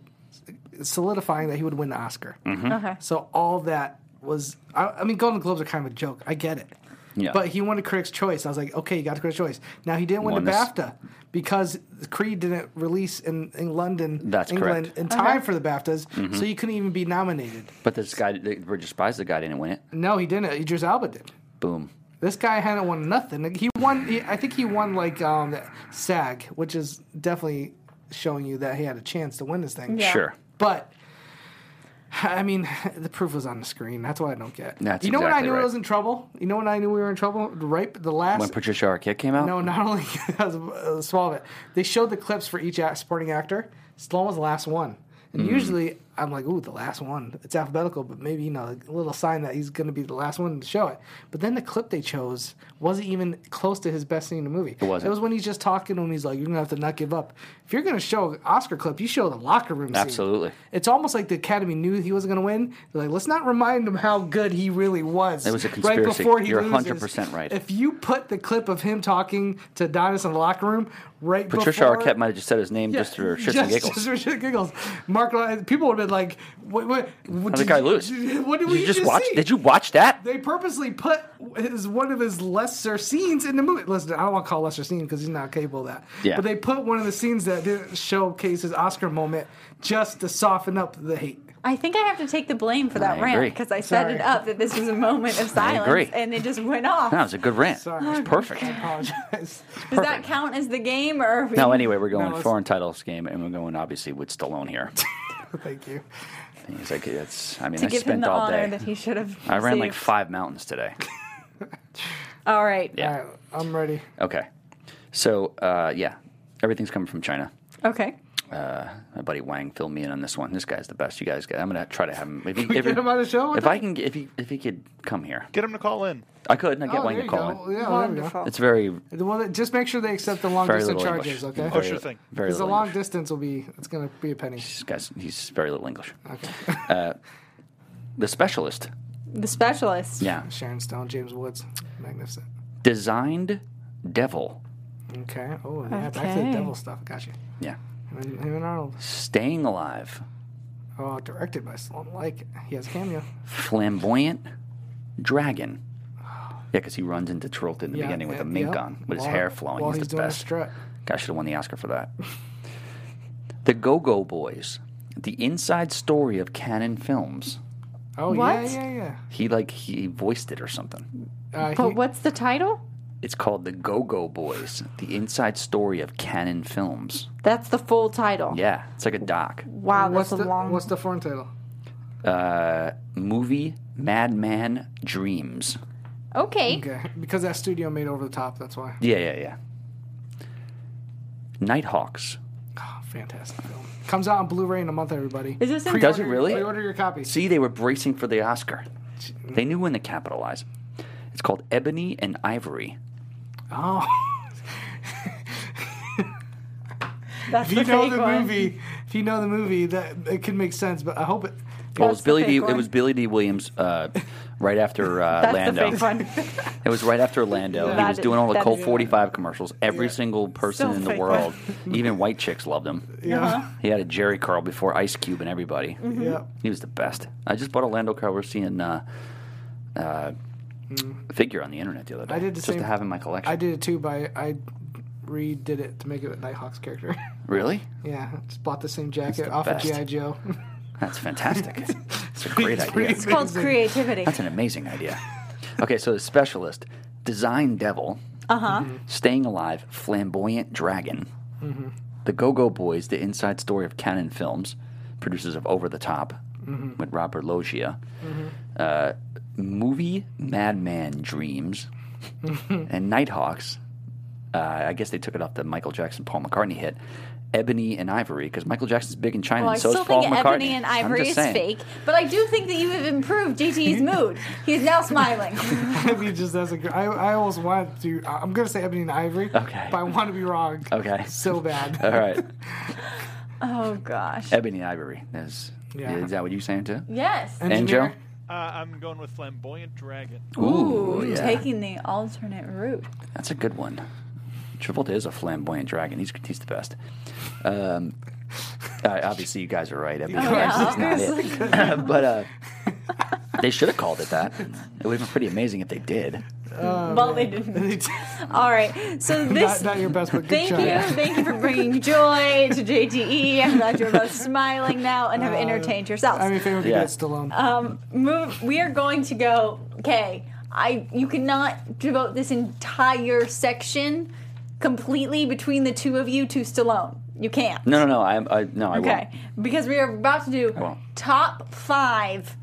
S4: solidifying that he would win the Oscar.
S3: Mm-hmm.
S2: Okay.
S4: So all that was. I, I mean, Golden Globes are kind of a joke. I get it.
S3: Yeah.
S4: But he won the Critics' Choice. I was like, okay, you got the Critics' Choice. Now he didn't win
S3: Won
S4: the
S3: this-
S4: BAFTA because Creed didn't release in, in London,
S3: That's
S4: England,
S3: correct. Mm-hmm.
S4: in time for the BAFTAs, so you couldn't even be nominated.
S3: But this guy, the Bridge Spies, the guy didn't win it.
S4: No, he didn't. Idris Alba did.
S3: Boom.
S4: This guy hadn't won nothing. Like, He won. He, I think he won like um, SAG, which is definitely showing you that he had a chance to win this thing.
S2: Yeah.
S3: Sure.
S4: But I mean, [laughs] the proof was on the screen. That's what I don't get.
S3: That's
S4: you know when I
S3: exactly
S4: knew I
S3: right.
S4: was in trouble. You know when I knew we were in trouble. Right, the last.
S3: When Patricia Arquette came out,
S4: no, not only [laughs] because of, uh, small of it. They showed the clips for each act- supporting actor. Stallone was the last one. And
S3: Mm.
S4: usually I'm like, ooh, the last one. It's alphabetical, but maybe, you know, a little sign that he's going to be the last one to show it. But then the clip they chose wasn't even close to his best scene in the movie. It
S3: wasn't.
S4: It was when he's just talking and he's like, you're going to have to not give up. If you're going to show an Oscar clip, you show the locker room scene.
S3: Absolutely.
S4: It's almost like the Academy knew he wasn't going to win. They're like, let's not remind him how good he really was.
S3: It was a
S4: Right
S3: conspiracy.
S4: before he
S3: You're
S4: loses.
S3: 100% right.
S4: If you put the clip of him talking to Adonis in the locker room right
S3: Patricia
S4: before,
S3: Arquette might have just said his name
S4: Yeah,
S3: just
S4: [laughs]
S3: for shits
S4: just-
S3: and giggles.
S4: Just for shits and giggles. Mark, Lyon- people would have been like, "What? What? what
S3: How'd
S4: did
S3: the guy
S4: you-
S3: lose?
S4: [laughs] What did
S3: did
S4: we
S3: you
S4: just,
S3: just watch?
S4: see?"
S3: Did you watch that?
S4: They purposely put his one of his lesser scenes in the movie. Listen, I don't want to call it lesser scene because he's not capable of that.
S3: Yeah.
S4: But they put one of the scenes that didn't showcase his Oscar moment just to soften up the hate.
S2: I think I have to take the blame for that
S3: I
S2: rant
S3: agree.
S2: because I set
S4: Sorry.
S2: it up that this was a moment of silence
S3: agree.
S2: and it just went off.
S3: That was a good rant.
S4: Sorry.
S3: It was perfect.
S4: I apologize. [laughs]
S2: Does that count as the game or are we
S3: No, anyway, we're going
S4: it's- [laughs]
S3: foreign titles game, and we're going obviously with Stallone here.
S4: Thank you.
S3: He's like, it's. I mean,
S2: to
S3: I
S2: give
S3: spent
S2: him the
S3: all
S2: honor
S3: day.
S2: that he should have.
S3: I ran like
S2: received.
S3: five mountains
S4: [laughs]
S3: today.
S2: All right.
S3: Yeah.
S4: All right, I'm ready.
S3: Okay. So uh, yeah, everything's coming from China.
S4: Oh,
S2: Okay.
S3: My buddy Wang filled me in on this one. This guy's the best. You guys, get, I'm gonna try to have him. If he,
S4: [laughs] we
S3: if
S4: get him on the show one
S3: if I can, get- if he, if he could come here,
S8: Get him to call in.
S3: I could. And I get
S4: Oh,
S3: Wang
S4: there
S3: to
S4: you
S3: call
S4: go.
S3: in.
S4: Yeah, there we go.
S2: Wonderful.
S3: It's very,
S4: The one that- just make sure they accept the long
S3: very
S4: distance
S3: little
S4: charges,
S3: English.
S4: okay?
S3: Very,
S8: sure
S3: li-
S8: thing.
S3: Very
S4: Because the
S3: little
S4: long
S3: English.
S4: distance will be it's gonna be a penny.
S3: This guy's he's very little English. Okay. uh, the specialist.
S2: The specialist.
S3: Yeah.
S4: Sharon Stone, James Woods, magnificent.
S3: Designed devil.
S4: Okay. Oh yeah, back to the
S2: Okay.
S4: devil stuff. Gotcha.
S3: Yeah.
S4: Him and, him and Arnold.
S3: Staying alive.
S4: Oh, directed by Sloan Like. He has a cameo.
S3: flamboyant dragon. Yeah, because he runs into Travolta in the
S4: Yeah,
S3: beginning with a
S4: yeah,
S3: mink
S4: yeah.
S3: on, with his
S4: While-
S3: hair flowing.
S4: while
S3: He's,
S4: he's
S3: the
S4: doing a
S3: best.
S4: strut.
S3: Guy should have won the Oscar for that. the Go Go Boys, the inside story of Canon Films.
S4: Oh
S2: What?
S4: yeah, yeah,
S3: He like he voiced it or something.
S4: yeah. Uh,
S2: But
S4: he-
S2: what's the title?
S3: It's called the Go Go Boys, the inside story of Canon Films.
S2: That's the full title.
S3: Yeah, it's like a doc
S2: Wow,
S4: what's
S2: that's a
S4: the
S2: long.
S4: what's the foreign title?
S3: movie. Madman Dreams.
S2: okay.
S4: Okay, because that studio made over the top. That's why.
S3: Yeah, yeah, yeah. Nighthawks.
S4: Oh, fantastic film. Comes out on Blu-ray in a month. Everybody.
S2: Is this in-
S3: Does it
S4: Pre-order-
S3: really?
S4: Pre-order your copy.
S3: See, they were bracing for the Oscar. They knew when to capitalize. It's called Ebony and Ivory.
S4: Oh, [laughs]
S2: That's
S4: if you
S2: the
S4: know
S2: fake
S4: the
S2: one.
S4: movie, if you know the movie, that it could make sense. But I hope it.
S3: Well, it was
S2: That's the
S3: Billy D.
S2: fake
S3: It
S2: one.
S3: was Billy D. Williams uh, right after uh,
S2: That's
S3: Lando.
S2: the fake
S4: [laughs]
S2: one.
S3: It was right after Lando. he
S2: That
S3: was
S2: is-
S3: doing all the
S2: that
S3: Colt
S2: is-
S3: 45 commercials. Every single person
S2: So
S3: in the
S2: fake [laughs]
S3: world, even white chicks, loved him.
S4: Yeah.
S2: Uh-huh.
S3: He had a Jerry Curl before Ice Cube and everybody.
S2: Mm-hmm.
S4: Yeah.
S3: He was the best. I just bought a Lando Calrissian uh, uh, figure on the internet the other day.
S4: Mm. I did the
S3: just
S4: same-
S3: to have in my collection.
S4: I did it too, but I, I redid it to make it a Nighthawk's character. [laughs]
S3: Really?
S4: yeah, just bought the same jacket
S3: the
S4: off
S3: best.
S4: of GI Joe. [laughs]
S3: That's fantastic. it's a great
S4: It's
S3: idea.
S4: pretty
S2: It's called
S4: amazing.
S2: creativity.
S3: That's an amazing idea. Okay, so the specialist, design devil, uh huh,
S2: Uh-huh.
S3: staying alive, flamboyant dragon, the Go Go Boys, the inside story of Canon Films, producers of Over the Top with Robert Loggia, uh, movie Madman Dreams, and Nighthawks. Uh, I guess they took it off the Michael Jackson Paul McCartney hit. Ebony and Ivory, because Michael Jackson's big in China,
S2: Well, Oh, I
S3: and so
S2: still
S3: is Paul
S2: think
S3: McCartney.
S2: Ebony and
S3: I'm
S2: Ivory
S3: just
S2: is
S3: saying.
S2: fake, but I do think that you have improved JT's
S4: [laughs]
S2: mood. He's now
S3: [laughs]
S2: smiling.
S4: he just has a. gr- I, I always wanted to. I- I'm gonna say Ebony and Ivory.
S3: Okay.
S4: But I want to
S2: [laughs]
S4: be wrong.
S3: Okay. [laughs]
S4: So bad.
S3: All right.
S2: Oh gosh.
S3: Ebony and Ivory. Is,
S4: Yeah.
S3: is that what you're saying too?
S2: Yes.
S3: And Joe?
S4: Engineer?
S8: Uh, I'm going with Flamboyant Dragon.
S2: Ooh,
S3: yeah.
S2: taking the alternate route.
S3: That's a good one. Travolta is a flamboyant dragon. He's he's the best. Um, uh, obviously, you guys are right. Ebony
S2: Oh,
S3: and Ivory is not it. [laughs] but uh, they should have called it that. It would have been pretty amazing if they did.
S2: well, they
S4: [laughs]
S2: didn't. All right. So
S4: not,
S2: this.
S4: not your best, but good
S2: Thank
S4: try.
S2: you, thank you for bringing joy to JTE. I'm glad you're both smiling now and have entertained yourselves.
S4: Uh, I mean, favorite
S3: Yeah.
S4: yeah. Stallone.
S2: Uh, move we are going to go okay i you cannot devote this entire section completely between the two of you to stallone you can't
S3: No, no, no. I, I no, I
S2: okay because we are about to do
S3: won't.
S2: top five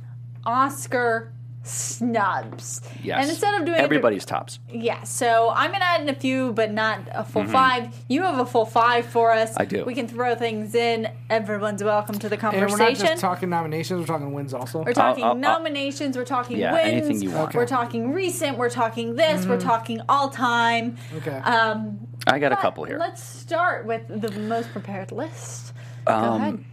S2: oscar snubs
S3: won't. Yes.
S2: and instead of doing it-
S3: everybody's tops,
S2: yeah so i'm gonna add in a few but not a full five you have a full five for us
S3: Mm-hmm. I do.
S2: we can throw things in everyone's welcome to the
S4: and
S2: conversation
S4: we're not just talking nominations; we're talking wins also.
S2: we're talking
S3: I'll- I'll-
S2: nominations. We're talking
S3: Yeah,
S2: wins.
S3: anything you want.
S2: We're talking recent. We're talking this. We're talking all time.
S4: Mm-hmm. Okay.
S2: Um,
S3: I got a
S2: but
S3: couple here.
S2: Let's start with the most prepared list. Go
S3: Um,
S2: ahead.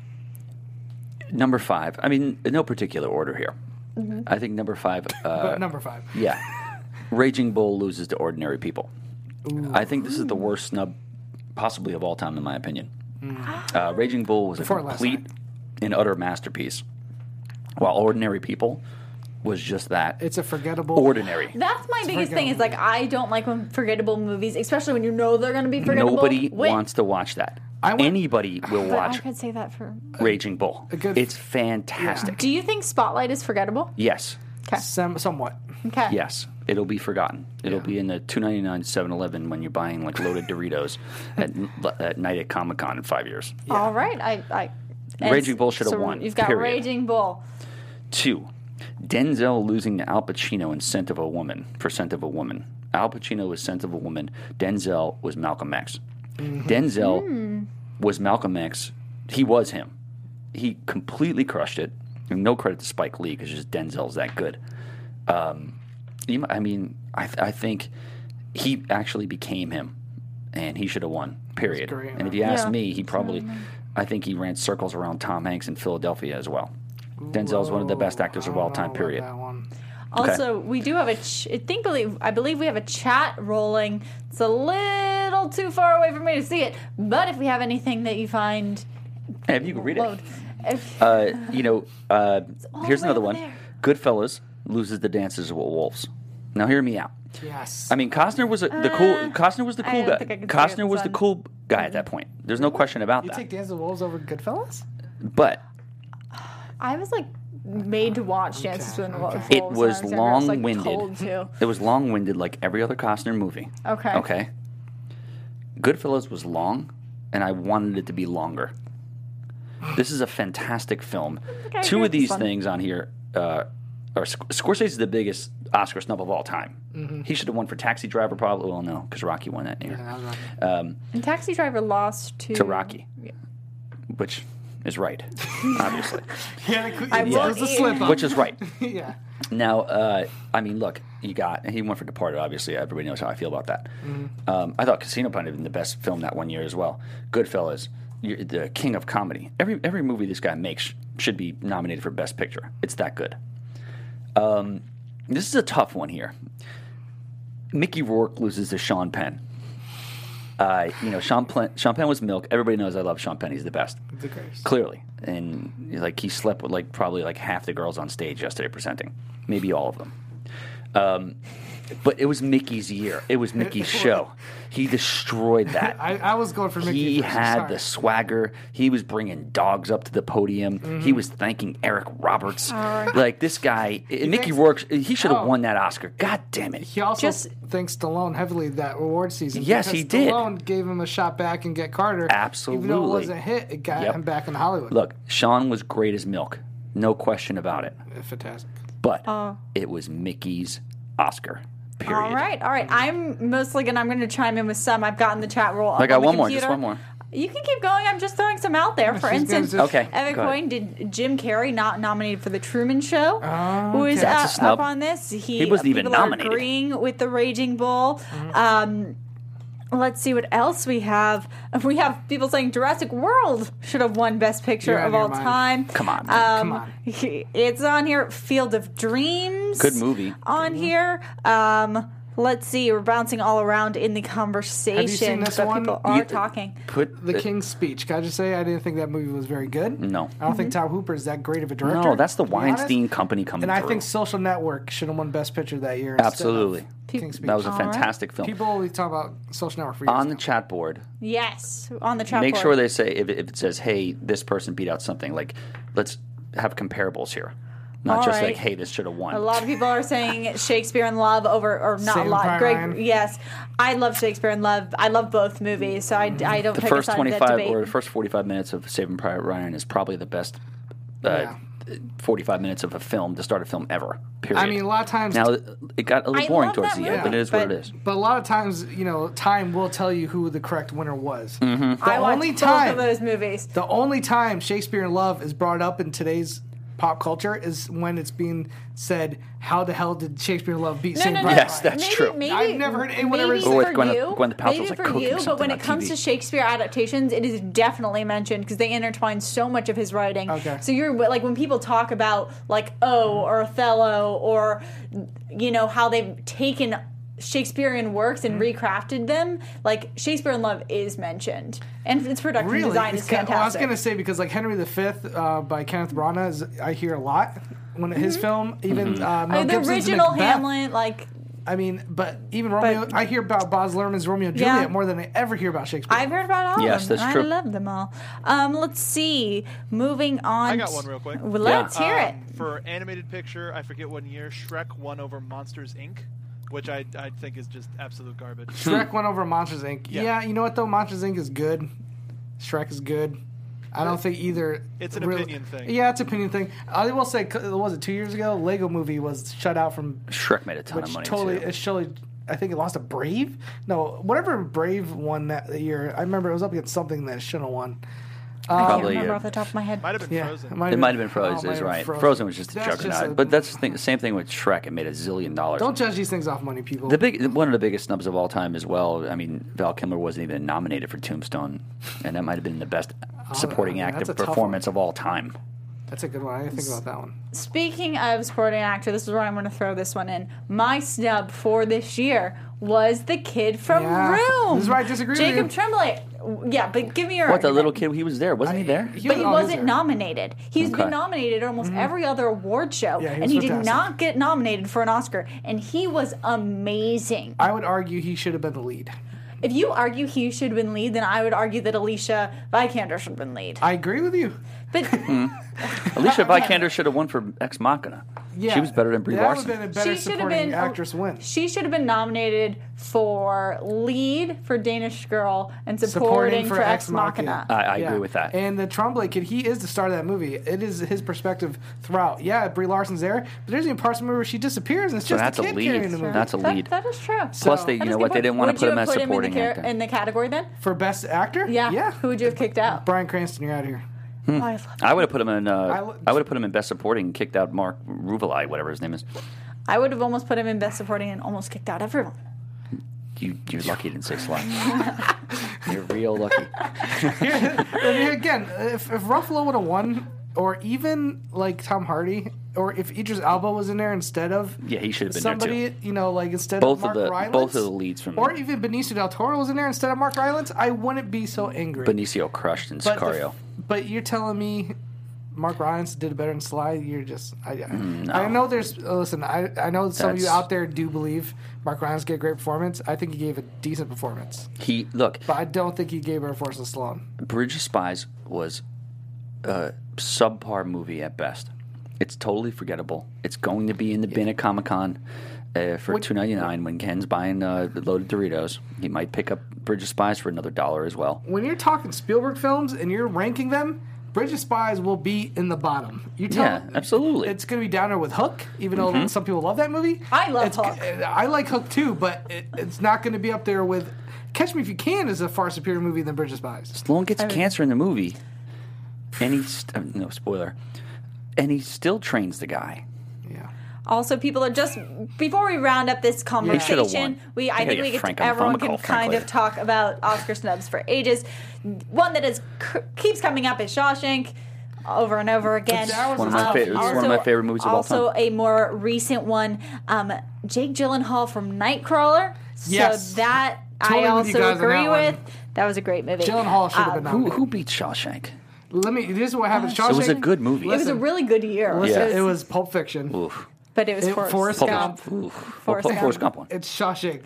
S3: Number five. I mean, no particular order here.
S2: Mm-hmm.
S3: I think number five. Uh,
S4: but number five.
S3: Yeah. Raging Bull loses to Ordinary People. I think this is the worst snub possibly of all time, in my opinion. Uh, Raging Bull was
S4: Mm. Before
S3: a
S4: last
S3: complete and utter masterpiece, while Ordinary People was just that
S4: It's a forgettable.
S3: ordinary.
S2: That's my biggest thing. Is like I don't like when forgettable movies, especially when you know they're going to be forgettable.
S3: Nobody
S2: win.
S3: wants to watch that.
S4: I want-
S3: Anybody will
S2: But I
S3: watch
S2: could say that for.
S3: Raging Bull.
S4: good-
S3: it's fantastic.
S2: Do you think Spotlight is forgettable?
S3: Yes.
S4: Some, somewhat.
S2: Okay.
S3: Yes, it'll be forgotten. It'll be in the two ninety nine Seven Eleven when you're buying like loaded Doritos at, at night at Comic Con in five years.
S2: All right. I. I And
S3: Raging Bull should have
S2: so
S3: won,
S2: You've got
S3: period.
S2: Raging Bull.
S3: Two, Denzel losing to Al Pacino in Scent of a Woman for Scent of a Woman. Al Pacino was Scent of a Woman. Denzel was Malcolm X. Denzel was Malcolm X. He was him. He completely crushed it. And no credit to Spike Lee because just Denzel's that good. Um, you might- I mean, I, th- I think he actually became him, and he should have won. Period.
S4: great,
S3: and if you ask me, he probably, I think he ran circles around Tom Hanks in Philadelphia as well. Denzel is one of the best actors of all time. Period.
S4: That one.
S2: Also, we do have a. Ch- I think believe I believe we have a chat rolling. It's a little too far away for me to see it, but if we have anything that you find
S3: Hey, if you can read it,
S2: load, if,
S3: uh, you know, uh,
S2: all
S3: here's
S2: the way over
S3: another one.
S2: there.
S3: Goodfellas loses the dances with wolves. Now hear me out.
S4: Yes.
S3: I mean, Costner was a, the cool. Costner was the
S2: Uh, I
S3: cool
S2: don't
S3: guy.
S2: think I can say
S3: Costner
S2: it's Mm-hmm.
S3: was the
S2: on.
S3: cool guy at that point. There's no question about
S4: you
S3: that.
S4: take Dance of the Wolves over Goodfellas?
S3: but
S2: I was like made to watch Dances with Wolves.
S3: It
S2: when
S3: was
S2: I younger. I was, like,
S3: long-winded.
S2: told to.
S3: It was long winded, like every other Costner movie.
S2: Okay.
S3: Okay. Goodfellas was long, and I wanted it to be longer. This is a fantastic film.
S2: I
S3: Two
S2: agree
S3: of
S2: with this
S3: these
S2: one.
S3: things on here uh, are Sc- Scorsese's the biggest Oscar snub of all time. He should have won for Taxi Driver, probably. Well, no, because Rocky won that year
S2: And Taxi Driver lost to
S3: to Rocky, which is right, obviously.
S4: [laughs] Yeah, it
S2: I will
S4: was a
S2: eat-
S4: slip up.
S3: which is right.
S4: [laughs] yeah.
S3: Now, uh, I mean, look, you got he went for Departed. Obviously, everybody knows how I feel about that. Um, I thought Casino Pond had been the best film that one year as well. Goodfellas, you're the king of comedy. Every every movie this guy makes should be nominated for Best Picture. It's that good. Um, this is a tough one here. Mickey Rourke loses to Sean Penn. Uh, you know, Sean, Plen- Sean Penn was milk. Everybody knows I love Sean Penn. He's the best
S4: The greatest.
S3: clearly and like he slept with like probably like half the girls on stage yesterday presenting maybe all of them um, but it was mickey's year it was mickey's show he destroyed that
S4: I, I was going for Mickey.
S3: he
S4: first, I'm
S3: had
S4: sorry.
S3: the swagger he was bringing dogs up to the podium he was thanking eric roberts like this guy mickey
S4: thinks-
S3: rourke he should have
S4: Oh.
S3: won that oscar god damn it
S4: He also
S2: Just-
S4: thanks Stallone heavily that award season.
S3: Yes,
S4: because
S3: he did.
S4: Stallone gave him a shot back and get Carter. Even though
S3: Absolutely.
S4: it wasn't a hit, it got
S3: Yep.
S4: him back in Hollywood.
S3: look sean was great as milk no question about it
S4: fantastic.
S3: but it was mickey's oscar period
S2: All right, all right. I'm mostly gonna. I'm gonna chime in with some. I've gotten the chat roll. up
S3: I got
S2: on the
S3: one more, just
S2: computer.
S3: one more.
S2: You can keep going. I'm just throwing some out
S4: [laughs]
S2: there. For
S4: She's gonna
S2: instance,
S4: just-
S3: Okay,
S2: Evan
S3: go ahead.
S2: Coyne did Jim Carrey not nominated for the Truman Show, who is
S4: Oh, okay.
S2: uh,
S4: That's
S3: a snub.
S2: up on this. He,
S3: He wasn't even
S2: people are
S3: nominated.
S2: Agreeing with the Raging Bull.
S4: Mm-hmm.
S2: Um, let's see what else we have. We have people saying Jurassic World should have won Best Picture
S4: You're out
S2: of
S4: of your
S2: all time.
S4: mind.
S3: Come on,
S2: um,
S3: man.
S4: Come on.
S2: It's on here. Field of Dreams.
S3: Good movie.
S2: On
S4: Mm-hmm.
S2: here. Um, let's see. We're bouncing all around in the conversation,
S4: seen this
S2: but
S4: one?
S2: people are
S3: You-
S2: talking.
S3: uh, Put
S4: The King's Speech. Can I just say I didn't think that movie was very good?
S3: No.
S4: I don't think
S2: Mm-hmm.
S4: Tom Hooper is that great of a director.
S3: No, that's the
S4: to be honest.
S3: Weinstein Company coming
S4: And I
S3: through.
S4: think Social Network should have won Best Picture that year. instead of
S3: Absolutely.
S4: King's Speech.
S3: That was a
S2: All right.
S3: fantastic film.
S4: People only talk about Social Network for years.
S3: Oh. on the
S4: now.
S3: chat board,
S2: Yes, on the chat.
S3: make
S2: board.
S3: sure they say if, if it says, "Hey, this person beat out something." Like, let's have comparables here, not
S2: All
S3: just
S2: right.
S3: like, "Hey, this should have won."
S2: A lot of people are saying Shakespeare in Love over, or not
S4: Saved
S2: a lot.
S4: by
S2: Greg,
S4: Ryan.
S2: yes, I love Shakespeare in Love. I love both movies, so I, I don't.
S3: the
S2: pick
S3: first
S2: a side of that
S3: twenty-five
S2: debate.
S3: or the first forty-five minutes of Saving Private Ryan is probably the best. Uh,
S4: Yeah.
S3: 45 minutes of a film to start a film ever period
S4: I mean, a lot of times-
S3: now it got a little
S2: I
S3: boring
S2: love
S3: towards
S2: that
S3: the end
S2: movie,
S3: but it is what it
S2: but-
S3: is
S4: But a lot of times, you know, time will tell you who the correct winner was.
S3: Mm-hmm.
S4: The
S2: I watched
S4: only
S2: both
S4: time
S2: of those movies.
S4: The only time Shakespeare in Love is brought up in today's pop culture is when it's being said, "how the hell did Shakespeare in Love beat
S2: No,
S4: Saving
S2: no, no.
S4: Private
S3: Yes,
S4: Ryan?"
S3: that's
S2: maybe,
S3: true.
S2: Maybe,
S4: I've never heard anyone ever
S2: maybe
S4: say
S2: for
S3: that. Or Gwyneth-
S2: you,
S3: Gwyneth Paltrow's,
S2: maybe
S3: like,
S2: for
S3: cooking
S2: you, but
S3: something
S2: when
S3: on
S2: it comes
S3: TV.
S2: to Shakespeare adaptations, it is definitely mentioned because they intertwine so much of his writing.
S4: Okay.
S2: So you're like when people talk about like Oh or Othello or you know how they've taken. Shakespearean works
S4: Hmm.
S2: and recrafted them. Like Shakespeare in Love is mentioned, and its production
S4: Really,
S2: design
S4: It's
S2: is
S4: kind of-
S2: fantastic.
S4: well, I was gonna say because like Henry V uh, by Kenneth Branagh, is, I hear a lot when his film, even
S3: Mm-hmm.
S4: uh, Mel
S2: Uh, Mm-hmm. the
S4: Gibson's
S2: original
S4: Macbeth,
S2: Hamlet, like
S4: I mean, but even Romeo, I hear about Boz Luhrmann's Romeo and Juliet
S2: Yeah.
S4: more than I ever hear about Shakespeare.
S2: I've heard about all
S3: Yes,
S2: of them.
S3: that's
S2: and
S3: true.
S2: I love them all. Um, let's see. Moving on.
S8: I got
S2: t-
S8: one real quick.
S2: Well, let's hear
S8: Um,
S2: it.
S8: For animated picture, I forget what year, Shrek won over Monsters, Inc., which I, I think is just absolute garbage.
S4: Shrek went over Monsters Inc. Yeah.
S8: Yeah.
S4: you know what though, Monsters Inc. is good. Shrek is good. I don't think either.
S8: It's an opinion thing.
S4: Yeah, it's an opinion thing. I will say, c- was it two years ago? Lego Movie was shut out from
S3: Shrek made a ton of money
S4: totally,
S3: too.
S4: It's totally. I think it lost to Brave. No, whatever Brave won that year. I remember it was up against something that shouldn't have won.
S2: I can't
S3: Probably, uh,
S2: remember
S3: yeah.
S2: off the top of my head.
S8: Might have been
S4: Yeah,
S8: frozen.
S4: might
S3: It might have been
S4: oh,
S3: Frozen.
S4: might
S3: is
S4: have
S3: right.
S4: been
S3: Frozen. was just a
S4: That's
S3: juggernaut.
S4: a-
S3: but that's the thing, same thing with Shrek. It made a zillion dollars.
S4: don't judge these things off money, people.
S3: the big one of the biggest snubs of all time as well. I mean, Val Kilmer wasn't even nominated for Tombstone, and that might have been the best supporting
S4: man,
S3: active
S4: Oh, that's a tough
S3: performance of all time.
S4: That's a good one. I didn't think about that one.
S2: Speaking of supporting actor, this is where I'm going to throw this one in. My snub for this year was the kid from
S4: Yeah.
S2: Room.
S4: This is where I disagree with
S2: Jacob
S4: you.
S2: Tremblay. Yeah, but give me your
S3: What that
S2: argument.
S3: little kid? He was there, wasn't he?
S4: [laughs]
S3: There.
S2: But he
S4: oh,
S2: wasn't
S4: there.
S2: nominated. He's
S3: Okay.
S2: been nominated at almost every other award show,
S4: Mm-hmm. Yeah, he
S2: and
S4: was
S2: he did
S4: fantastic.
S2: not get nominated for an Oscar. And he was amazing.
S4: I would argue he should have been the lead.
S2: If you argue he should have been lead, then I would argue that Alicia Vikander should have been lead.
S4: I agree with you.
S3: [laughs]
S2: But
S3: Hmm. Alicia Vikander should have won for Ex Machina.
S4: Yeah,
S3: she was better than Brie
S4: that
S3: Larson.
S4: Would have been a better
S2: she should have
S4: supporting
S2: been
S4: actress win.
S2: She should have been nominated for lead for Danish Girl and supporting, for, Ex Machina.
S3: I, I agree with that.
S4: And the Tremblay kid, he is the star of that movie. It is his perspective throughout. Yeah, Brie Larson's there, but there's even parts of the movie where she disappears and it's
S3: so
S4: just
S3: that's
S4: the
S3: a
S4: kid carrying
S3: lead.
S4: the movie.
S3: That's a
S2: That-
S3: lead.
S2: that is true.
S3: Plus, they, you
S2: That is
S3: know
S2: a good
S3: what? They
S2: point.
S3: didn't want
S2: Would
S3: to put
S2: you
S3: him
S2: have
S3: as supporting
S2: in the, car-
S3: actor.
S2: in the category then.
S4: For best actor?
S2: Yeah.
S4: Yeah.
S2: Who would you have kicked out?
S4: Brian Cranston, you're out of here.
S3: Hmm.
S2: Oh, I love
S3: I would have put him in. Uh, I
S4: lo-
S3: would have put him in best supporting, kicked out Mark Ruvalai, whatever his name is.
S2: I would have almost put him in best supporting and almost kicked out everyone.
S3: You, you're lucky you didn't say Sly.
S4: [laughs]
S3: you're real lucky.
S4: And again, if, if Ruffalo would have won, or even like Tom Hardy, or if Idris Alba was in there instead of
S3: Yeah, he should have been there,
S4: somebody,
S3: too.
S4: you know, like instead
S3: Both of
S4: of Mark
S3: the-
S4: Rylance,
S3: both of the leads from-
S4: or even Benicio del Toro was in there instead of Mark Rylance, I wouldn't be so angry.
S3: Benicio crushed in
S4: But the-
S3: Sicario.
S4: but you're telling me Mark Rylance did better than Sly? You're just I, I, I know there's listen. I I know some of you
S3: Mm, That's-
S4: out there do believe Mark Rylance gave a great performance. I think he gave a decent performance,
S3: he look.
S4: but I don't think he gave a performance to Sloan.
S3: Bridge of Spies was a subpar movie at best. It's totally forgettable. It's going to be in the bin at Comic Con uh, for two ninety nine. When Ken's buying uh, loaded Doritos, he might pick up Bridge of Spies for another dollar as well.
S4: When you're talking Spielberg films and you're ranking them, Bridge of Spies will be in the bottom. You tell
S3: Yeah, absolutely. Mm-hmm.
S4: It's going to be down there with Hook, even though some people love that movie.
S2: I love
S4: it's,
S2: Hook.
S4: I like Hook too, but it, it's not going to be up there with. Catch Me If You Can is a far superior movie than Bridge of Spies.
S3: Sloan gets cancer in the movie, and he st- uh, no spoiler, and he still trains the guy.
S4: Yeah.
S2: Also, people are just before we round up this
S3: should've won.
S2: conversation. We I
S3: Yeah,
S2: think
S3: yeah,
S2: we get
S3: Frank,
S2: to,
S3: I'm a
S2: everyone
S3: phone
S2: can
S3: call,
S2: kind
S3: frankly.
S2: of talk about Oscar snubs for ages. One that is keeps coming up is Shawshank. Over and over again.
S4: that was
S3: One of my
S2: Um,
S3: fa- it's one of my favorite movies of all
S2: also
S3: time.
S2: a more recent one, um, Jake Gyllenhaal from Nightcrawler.
S4: Yes.
S2: So that
S4: Totally
S2: I
S4: with you guys
S2: also
S4: on
S2: agree
S4: that one.
S2: with. That was a great movie. Um,
S4: Gyllenhaal should have been
S3: Who
S4: nominated.
S3: who beat Shawshank?
S4: Let me. This is what happened.
S3: It
S4: Shawshank.
S3: was a good movie.
S2: it was a really good year.
S4: Listen,
S3: Yeah.
S4: It was Pulp Fiction.
S3: Oof.
S2: but it was
S4: It-
S2: Forrest,
S4: Forrest
S3: Pulp-
S2: Gump.
S3: oof.
S2: Forrest
S3: Pulp- Forrest
S2: Gump.
S3: Gump one.
S4: It's Shawshank.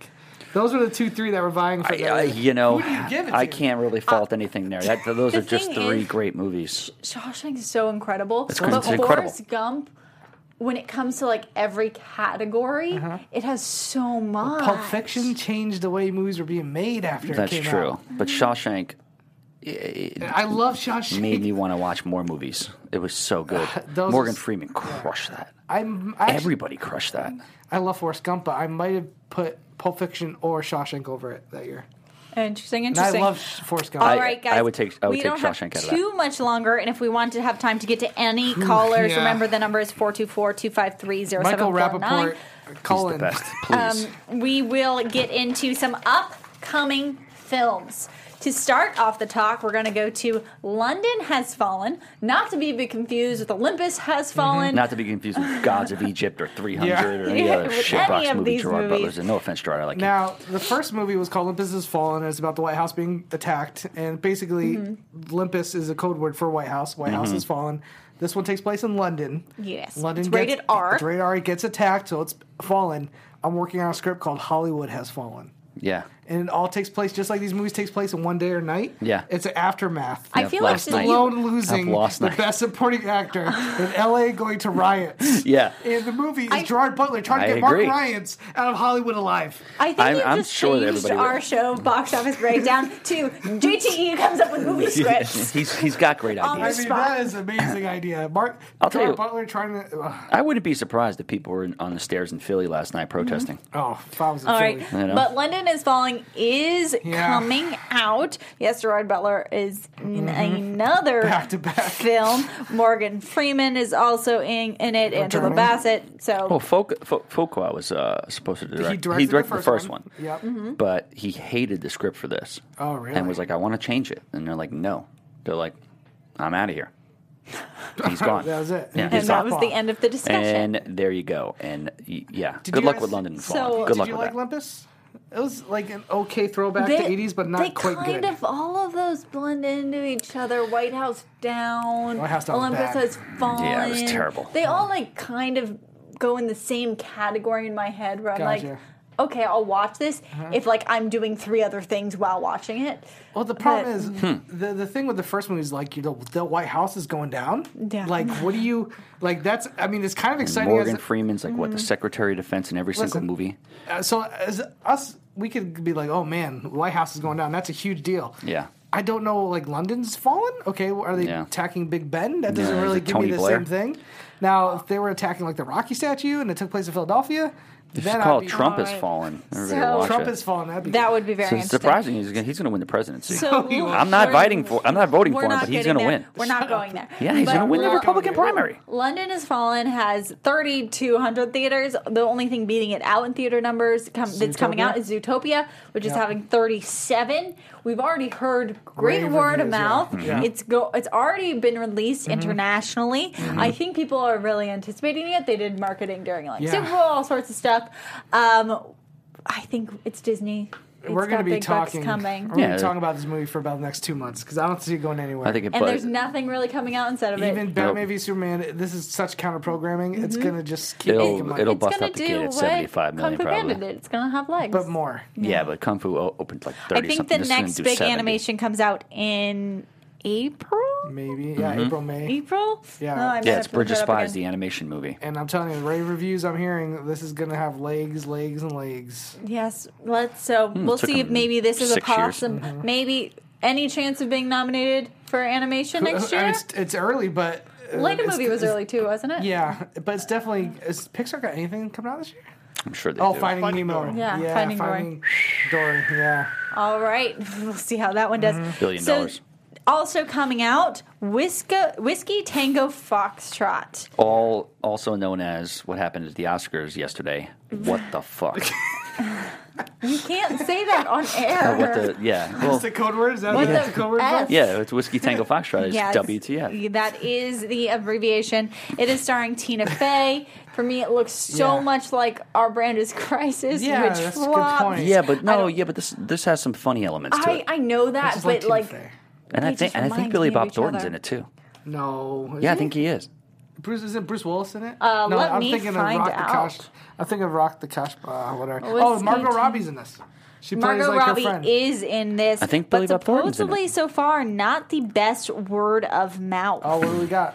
S4: Those were the two, three that were vying for.
S3: I,
S4: that.
S3: I, you know,
S4: Who do you give it
S3: I
S4: to?
S3: can't really fault anything there. That, those
S2: Uh, the
S3: are just
S2: thing
S3: three
S2: is-
S3: great movies.
S2: Shawshank is so incredible.
S3: It's
S2: but
S3: crazy. It's incredible.
S2: Forrest Gump, when it comes to like every category,
S3: Uh-huh.
S2: it has so much.
S4: Pulp Fiction changed the way movies were being made after
S3: That's
S4: it came
S3: true.
S4: out.
S3: But Shawshank it
S4: I love Shawshank.
S3: made me want to watch more movies. It was so good.
S4: Uh, Those
S3: Morgan
S4: are-
S3: Freeman crushed that.
S4: I'm. I, actually,
S3: Everybody crushed that.
S4: I love Forrest Gump, but I might have put Pulp Fiction or Shawshank over it that year.
S2: Interesting,
S4: And I
S2: interesting.
S4: love Forrest Gump.
S2: All right,
S3: I-
S2: guys.
S3: I would take- I would
S2: we
S3: take
S2: don't have
S3: Shawshank out of that.
S2: too much longer, and if we want to have time to get to any callers,
S4: yeah.
S2: remember the number is 424-253-0749.
S4: Michael Rappaport,
S3: He's
S4: Colin.
S3: the
S4: um,
S3: best. Please.
S2: we will get into some upcoming films. To start off the talk, we're going to go to London Has Fallen, not to be confused with Olympus Has Fallen.
S3: Mm-hmm. Not to be confused with Gods of Egypt or 300 or
S2: [laughs]
S3: any
S2: Yeah,
S3: other
S2: with any
S3: shitbox
S2: of
S3: movie
S2: these
S3: Gerard
S2: movies.
S3: Butler's in. No offense, Gerard. I like you.
S4: Now, the first movie was called Olympus Has Fallen. And it's about the White House being attacked. And basically,
S2: Mm-hmm.
S4: Olympus is a code word for White House. White
S3: Mm-hmm.
S4: House has fallen. This one takes place in London.
S2: Yes.
S4: London
S2: It's
S4: gets-
S2: rated R.
S4: It's rated R. It gets attacked, so it's fallen. I'm working on a script called Hollywood Has Fallen.
S3: Yeah.
S4: and it all takes place just like these movies takes place in one day or night.
S3: Yeah.
S4: it's an aftermath.
S2: I
S3: Yeah,
S2: feel like
S3: last
S2: since
S3: night.
S2: you-
S4: Stallone losing
S3: Of Lost
S4: the
S3: Night.
S4: best supporting actor in L.A. going to
S3: [laughs]
S4: riots.
S3: Yeah.
S4: and the movie is
S2: I-
S4: Gerard Butler trying to
S3: I
S4: get
S3: agree.
S4: Mark Ryan's out of Hollywood alive.
S2: I think
S3: I'm-
S2: you
S3: I'm
S2: just
S3: sure that
S2: changed
S3: everybody
S2: our
S3: would.
S2: show box office
S3: [laughs]
S2: breakdown to JTE comes up with movie scripts.
S3: he's he's got great
S2: Um,
S4: I
S3: ideas.
S4: mean,
S2: Spot.
S4: that is an amazing idea. Mark
S3: I'll tell
S4: Gerard
S3: you-
S4: Butler trying to. ugh.
S3: I wouldn't be surprised if people were in- on the stairs in Philly last night protesting.
S4: Oh, if I was in
S2: All
S4: Philly.
S2: right,
S3: I know.
S2: but London is falling is
S4: Yeah. Mm-hmm.
S2: coming out. Yes, Gerard Butler is in another
S4: Back to back.
S2: film. Morgan Freeman is also in, in it. Angela
S4: Returning.
S2: Bassett. So
S3: Well, Fouqu- Fou- Fuqua was uh, supposed to direct.
S4: He directed, the first,
S3: one,
S4: Yep.
S3: but he hated the script for this.
S4: Oh, really?
S3: And was like, "I want to change it," and they're like, "No." They're like, "I'm out of
S4: [laughs]
S3: here." He's gone.
S4: That was it.
S3: Yeah,
S4: And
S2: and
S3: he's
S2: that
S3: gone.
S2: was the end of the discussion.
S3: And there you go. And y- yeah,
S4: Did
S3: good
S4: you
S3: luck
S4: guys-
S3: with London
S2: So-
S3: Falling. Good
S4: Did
S3: luck
S4: you
S3: with
S4: like
S3: that.
S4: Olympus? It was like an okay throwback
S2: They-
S4: to 80s, but
S2: they
S4: not quite
S2: kind
S4: good.
S2: of all of those blend into each other. White House Down,
S4: White House Down was
S2: Olympus
S4: bad.
S2: Has Fallen.
S3: Yeah, it was terrible.
S2: They all like kind of go in the same category in my head where I'm like,
S4: Gotcha. Uh-huh.
S2: okay, I'll watch this if like I'm doing three other things while watching it.
S4: well, the problem
S2: but-
S4: is
S3: Hmm.
S4: the the thing with the first movie is like you know, the White House is going down.
S2: Yeah.
S4: Like, what do you like? That's I mean, it's kind of exciting.
S3: Morgan
S4: as,
S3: Freeman's like what the Secretary of Defense in every single
S4: Mm-hmm. Listen.
S3: movie.
S4: uh, so as us, we could be like, oh man, the White House is going down. That's a huge deal.
S3: Yeah.
S4: I don't know, like London's fallen. Okay, well, are they
S3: Yeah.
S4: attacking Big Ben? That
S3: Yeah,
S4: doesn't
S3: is
S4: really
S3: it
S4: give
S3: Tony
S4: me the
S3: Blair?
S4: same thing. Now, if they were attacking like the Rocky statue and it took place in Philadelphia,
S3: They
S4: then
S3: should
S4: I'd
S3: call it
S4: be-
S3: Trump has
S2: Alright.
S3: fallen. Everybody
S2: So-
S3: watch
S4: Trump
S3: it.
S4: has fallen. That'd be
S2: That would be very
S3: So it's
S2: interesting.
S3: surprising. He's gonna, he's going to win the presidency.
S2: So
S4: [laughs]
S2: we will
S3: I'm not
S2: surely-
S3: voting for. I'm not voting for
S2: We're
S3: him,
S2: not
S3: but he's
S2: getting
S3: going to
S2: there.
S3: win.
S2: We're not going there.
S3: Yeah, he's
S2: But
S3: going to win the
S2: we're-
S3: Republican primary.
S2: London has fallen has 3,200 theaters. The only thing beating it out in theater numbers com- that's coming
S4: Zootopia?
S2: out is Zootopia, which is
S4: Yeah.
S2: having 37. We've already heard great
S4: Rave
S2: word of
S4: reviews, yeah. Mm-hmm.
S2: mouth.
S4: Yeah.
S2: It's go. It's already been released internationally.
S3: Mm-hmm.
S2: I think people are really anticipating it. They did marketing during like
S4: Yeah.
S2: Super Bowl, all sorts of stuff. Um, I think it's Disney. It's
S4: we're going
S2: got
S4: to be
S2: big bucks
S4: talking.
S2: coming.
S4: We're going
S3: Yeah.
S4: to be talking about this movie for about the next two months because I don't see it going anywhere.
S3: I think it.
S2: And
S3: but
S2: there's nothing really coming out instead of
S4: even
S2: it.
S4: Batman
S3: Nope.
S4: v Superman. This is such counter programming. It's
S2: Mm-hmm.
S4: going to just keep making
S3: it'll
S4: money,
S3: it'll
S2: It's
S3: bust
S2: gonna
S3: up the
S2: do
S3: kid at
S2: what
S3: 75 million
S2: Kung Fu
S3: probably.
S2: Panda did. It's gonna have legs.
S4: but more.
S3: Yeah, but Kung Fu o- opened like
S2: I
S3: thirty.
S2: think the
S3: something. This is gonna
S2: next
S3: do
S2: big
S3: 70.
S2: animation comes out in April.
S4: Maybe yeah,
S3: Mm-hmm.
S4: April May.
S2: April?
S4: Yeah.
S2: No, I might
S3: Yeah,
S2: have
S3: it's
S2: to
S3: Bridge of
S2: look it up
S3: Spies, the
S2: again.
S3: animation movie.
S4: And I'm telling you, the rave reviews I'm hearing, this is going to have legs, legs, and legs.
S2: Yes. Let's. So we'll
S3: Hmm, took
S2: see if
S3: them
S2: maybe this is a
S3: six years.
S2: possible.
S4: Mm-hmm.
S2: Maybe any chance of being nominated for animation next
S4: I mean,
S2: year?
S4: it's, it's early, but uh,
S2: Late a
S4: it's-
S2: movie was
S4: it's-
S2: early too, wasn't it?
S4: Yeah, but it's definitely. Is Pixar got anything coming out this year?
S3: I'm sure they
S4: Oh,
S3: do.
S4: Finding,
S8: Finding
S4: Nemo.
S8: Dory.
S2: Yeah, Finding Dory.
S4: Dory. Yeah.
S2: All right. [laughs] We'll see how that one does.
S4: Mm-hmm.
S3: Billion
S2: so,
S3: dollars.
S2: Also coming out, Whiska, Whiskey Tango Foxtrot.
S3: All also known as what happened at the Oscars yesterday. What the fuck?
S2: You can't say that
S3: [laughs]
S2: on air.
S3: Uh, what the? Yeah. Well,
S4: What's the code word? Is that
S2: What
S4: the,
S2: the
S4: code word?
S2: F?
S3: yeah. It's whiskey tango foxtrot. It's
S2: Yes.
S3: WTF.
S2: That is the abbreviation. It is starring Tina Fey. For me, it looks so
S4: Yeah.
S2: much like Our Brand is Crisis,
S4: Yeah,
S2: which
S4: that's a good
S2: flopped.
S4: point.
S3: Yeah, but no.
S2: don't-
S3: Yeah, but this this has some funny elements to
S2: I,
S3: it.
S2: I know that,
S4: Just
S2: but
S4: Tina
S2: like,
S4: Fey.
S3: and I
S2: they
S3: think
S2: just
S3: and I think
S2: remind
S3: Billy
S2: me of
S3: Bob
S2: each
S3: Thornton's
S2: other.
S3: in it too.
S4: No. is
S3: Yeah, I
S4: it?
S3: think he is.
S4: Bruce isn't Bruce Willis in it?
S2: Uh,
S4: no,
S2: let
S4: I'm
S2: me
S4: thinking
S2: find
S4: of Rock
S2: out.
S4: the Cash. I think of Rock the Cash. Uh, whatever.
S2: What's
S4: oh, Margot
S2: he-
S4: Robbie's in this. She plays
S2: Margot
S4: like her friend.
S2: Robbie is in this.
S3: I think
S2: but
S3: Billy Bob Thornton's in it.
S2: supposedly so far not the best word of mouth.
S4: oh, what do we got?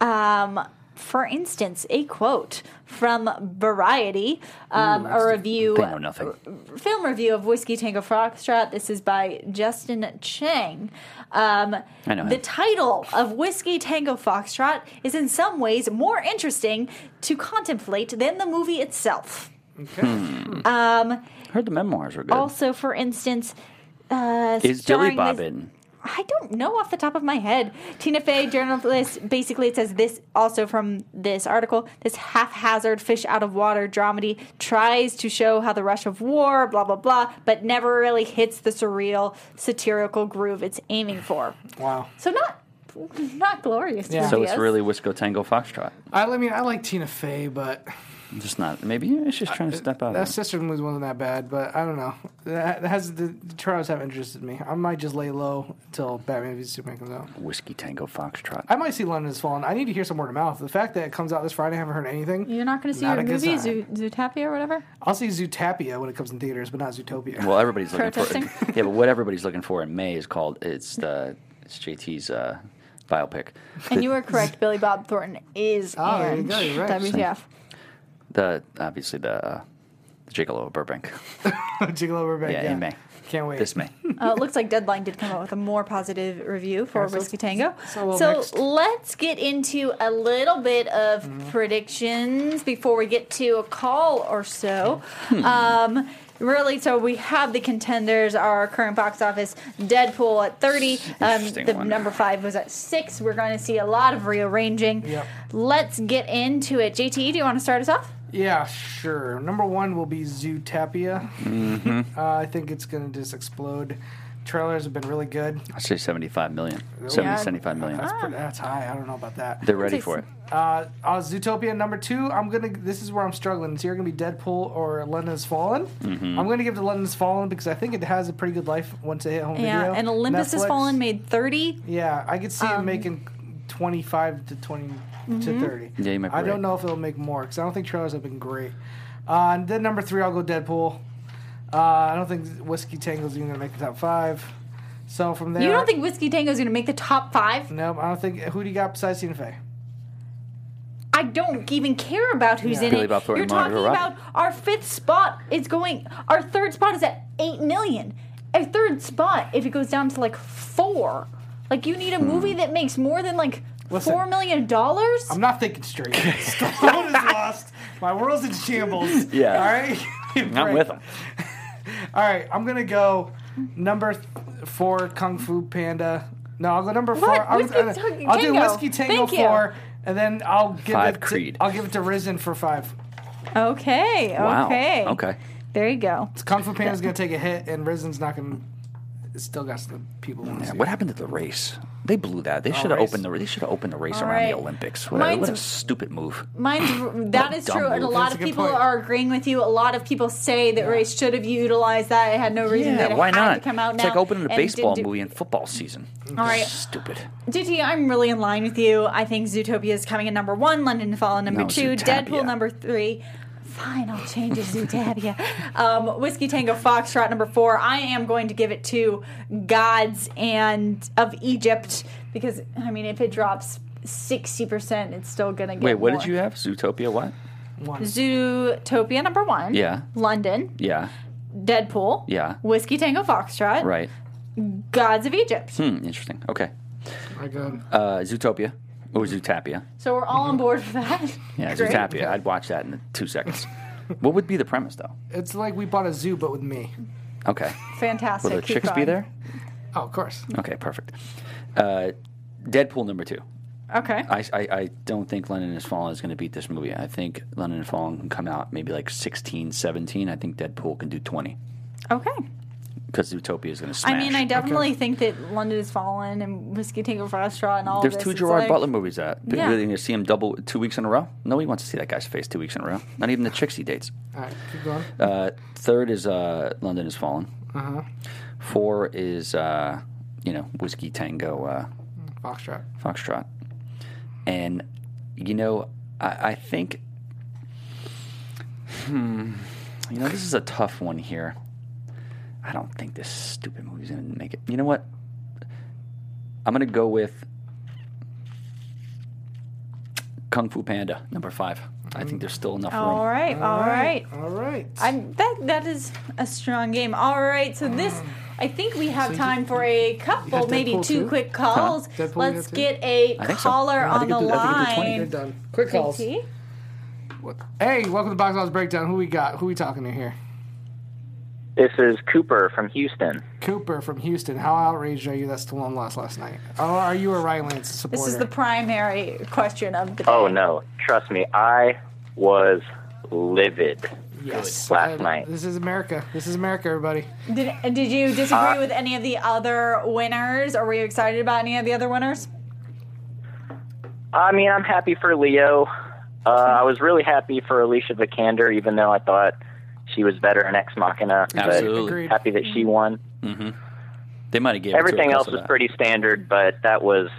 S2: Um, for instance, a quote from Variety, um, a review
S3: They know nothing.
S2: film review of Whiskey Tango Foxtrot. This is by Justin Chang. Um,
S3: I know
S2: the
S3: him.
S2: title of Whiskey Tango Foxtrot is in some ways more interesting to contemplate than the movie itself.
S4: Okay.
S3: Heard the memoirs were good.
S2: Also, for instance, uh,
S3: is Billy
S2: starring
S3: Bob
S2: this-
S3: in?
S2: I don't know off the top of my head. Tina Fey, journalist, basically it says this also from this article. This haphazard fish out of water dramedy tries to show how the rush of war, blah, blah, blah, but never really hits the surreal, satirical groove it's aiming for.
S4: Wow.
S2: So, not not glorious. to
S4: Yeah.
S2: be
S3: So it's
S2: honest.
S3: really Whisko Tango Foxtrot.
S4: I, I mean, I like Tina Fey, but
S3: I'm just not. Maybe it's just trying to step out.
S4: That
S3: That's
S4: sister movie wasn't that bad, but I don't know. That that has the, the trials have interested me. I might just lay low until Batman v Superman comes out.
S3: whiskey tango foxtrot.
S4: I might see London is Fallen. I need to hear some word of mouth. The fact that it comes out this Friday, I haven't heard anything.
S2: You're not going to see
S4: Not
S2: your
S4: a good
S2: movie,
S4: sign.
S2: Zoot- Zootopia or whatever?
S4: I'll see Zootopia when it comes in theaters, but not Zootopia.
S3: Well, everybody's looking for.
S2: Protesting?
S3: [laughs] Yeah, but what everybody's looking for in May is called it's the it's JT's uh, biopic.
S2: And you were correct. Billy Bob Thornton is
S4: Oh, there you
S2: in
S4: go, you're right.
S2: WTF.
S3: The obviously the uh, Gigolo
S2: [laughs]
S3: of Burbank.
S4: [laughs] Jiggle over back.
S3: Yeah, in May.
S4: Can't wait.
S3: This May.
S2: Uh, it looks like Deadline did come out with a more positive review for Whiskey Tango.
S4: so we'll
S2: So
S4: next- Mm-hmm.
S2: let's get into a little bit of predictions before we get to a call or so.
S4: Hmm.
S2: Um, really, so we have the contenders. Our current box office: Deadpool at thirty. Um,
S3: Interesting
S2: the
S3: one.
S2: number five was at six. We're going to see a lot of rearranging.
S4: Yep.
S2: Let's get into it. JTE, do you want to start us off?
S4: Yeah, sure. Number one will be Zootopia.
S3: Mm-hmm.
S4: [laughs] uh, I think it's going to just explode. Trailers have been really good.
S3: I say 75 million. 70,
S2: Yeah.
S3: 75 million.
S2: Ah.
S4: That's, pretty, that's high. I don't know about that.
S3: They're ready for it.
S4: Uh, uh, Zootopia number two. I'm gonna. This is where I'm struggling. It's either gonna be Deadpool or London's Fallen.
S3: Mm-hmm.
S4: I'm gonna give it to London's Fallen because I think it has a pretty good life once it hit home
S2: Yeah,
S4: video.
S2: and Olympus Has
S4: Netflix.
S2: Fallen Um, made thirty.
S4: Yeah, I could see it making 25 to 20
S2: Mm-hmm.
S4: to 30.
S3: Yeah, you might be
S4: I don't
S3: right.
S4: know if it'll make more because I don't think trailers have been great. Uh, and then number three, I'll go Deadpool. Uh, I don't think Whiskey Tangle's even gonna make the top five. So from there,
S2: You don't think Whiskey Tango is going to make the top five?
S4: Nope, I don't think. Who do you got besides Tina Fey?
S2: I don't even care about who's in
S3: Billy
S2: it.
S3: Bob Thornton,
S2: You're talking
S3: Margot
S2: about
S3: Robbie.
S2: our fifth spot is going. Our third spot is at eight million. Our third spot, if it goes down to like four, like you need a
S3: Hmm.
S2: movie that makes more than like
S4: Listen,
S2: four million dollars.
S4: I'm not thinking straight. [laughs] Stallone is lost. My world's in shambles.
S3: Yeah.
S4: All right. [laughs] Give me a
S3: I'm
S4: break.
S3: with them.
S4: All right. I'm gonna go number th- four, Kung Fu Panda. No, I'll go number four. I'll,
S2: Whiskey
S4: I'll,
S2: Tango.
S4: I'll do Whiskey Tango
S2: Thank you.
S4: four, and then I'll give
S3: Five
S4: it.
S3: Creed.
S4: To, I'll give it to Risen for five.
S2: Okay.
S3: Wow.
S2: Okay.
S3: Okay.
S2: There you go.
S4: Kung Fu Panda's gonna take a hit, and Risen's not gonna. It's still got some people. who wanna
S3: Yeah,
S4: see
S3: what
S4: it.
S3: happened to the race? They blew that. They should have
S4: race.
S3: opened the. They should have opened the race
S2: All
S3: around
S2: right.
S3: the Olympics. What, a- what a
S2: Mine's-
S3: stupid move. [sighs]
S2: Mine's
S3: What
S2: that
S3: a
S2: is
S3: dumb
S2: true, and a
S3: move.
S2: lot
S4: That's
S2: of
S4: a good
S2: people
S4: point.
S2: are agreeing with you. A lot of people say that race should have utilized that. It had no reason that it
S3: why
S2: had
S3: not?
S2: to come out
S3: it's
S2: now.
S3: like opening a
S2: and it
S3: baseball
S2: didn't do-
S3: movie in football season.
S2: All right.
S3: Stupid.
S2: JT, I'm really in line with you. I think Zootopia is coming in number one, London to Fall in number
S3: No,
S2: two,
S3: Zootopia.
S2: Deadpool number three. Fine, I'll change it to Zootopia. Um, Whiskey Tango Foxtrot number four. I am going to give it to Gods and of Egypt because I mean, if it drops sixty percent, it's still gonna get.
S3: Wait, what
S2: more.
S3: did you have? Zootopia? What?
S2: Zootopia number one.
S3: Yeah.
S2: London,
S3: Yeah.
S2: Deadpool.
S3: Yeah.
S2: Whiskey Tango Foxtrot.
S3: Right.
S2: Gods of Egypt.
S3: Hmm. Interesting. Okay.
S2: Mm-hmm.
S4: Very good.
S3: Uh, Zootopia or Zootapia?
S2: So we're all on board for that.
S3: [laughs] Yeah,
S2: Mm-hmm. Great.
S3: Zootopia. I'd watch that in two seconds.
S2: [laughs]
S3: what would be the premise though?
S4: It's like we bought a zoo, but with me.
S2: [laughs]
S3: Okay.
S2: Fantastic.
S3: Will the
S2: Keep
S3: chicks be
S2: going.
S3: there?
S4: Oh, of course.
S3: Okay. Perfect. Uh, Deadpool number two.
S2: Okay.
S3: I, I, I don't think London is Fallen is going to beat this movie. I think London is Fallen can come out maybe like 16, 17. I think Deadpool can do 20
S2: Okay.
S3: because Zootopia is going to smash.
S2: I mean, I definitely think that London has fallen and Whiskey Tango Foxtrot and all
S3: There's
S2: this.
S3: two
S2: It's
S3: Gerard
S2: like-
S3: Butler movies out.
S2: Yeah.
S3: Yeah. You're going to see him double two weeks in a row? Nobody wants to see that guy's face two weeks in a row. Not even the chicks he dates.
S4: All right, keep going.
S3: Uh, third is uh, London is Fallen. Four is, uh, you know, Whiskey Tango uh,
S4: Foxtrot.
S3: Foxtrot. And, you know, I, I think. Hmm. You know, this is a tough one here. I don't think this stupid movie's going to make it. You know what? I'm going to go with Kung Fu Panda, number five. I think there's still enough room.
S2: Oh, All right. All right.
S4: Oh. All right.
S2: I'm, that that is a strong game. All right. So this, I think we have time for a couple,
S4: had
S2: maybe two
S4: Deadpool too?
S2: quick calls.
S4: Deadpool you
S2: Let's
S4: had too?
S2: get a
S3: I think so.
S2: caller
S3: I
S2: on
S3: think
S2: the
S3: it did- I think it did 20.
S4: You're
S2: line.
S4: done. Quick calls.
S2: JT?
S4: Hey, welcome to Box Office Breakdown. Who we got? Who we talking to here?
S9: This is Cooper from Houston.
S4: Cooper from Houston. How outraged are you that Stallone lost last night? Or are you a Ryan Lance supporter?
S2: This is the primary question of the day.
S9: Oh no, trust me, I was livid.
S4: yes.
S9: last
S4: Uh,
S9: night.
S4: This is America. This is America, everybody.
S2: Did, did you disagree
S9: Uh,
S2: with any of the other winners, or were you excited about any of the other winners?
S9: I mean, I'm happy for Leo. Uh, I was really happy for Alicia Vikander, even though I thought she was better in Ex Machina. but
S3: Absolutely. Agreed.
S9: happy that she won.
S3: hmm They might have given it to
S9: Everything
S3: her
S9: else
S3: 'cause of
S9: was
S3: that.
S9: pretty standard, but that was.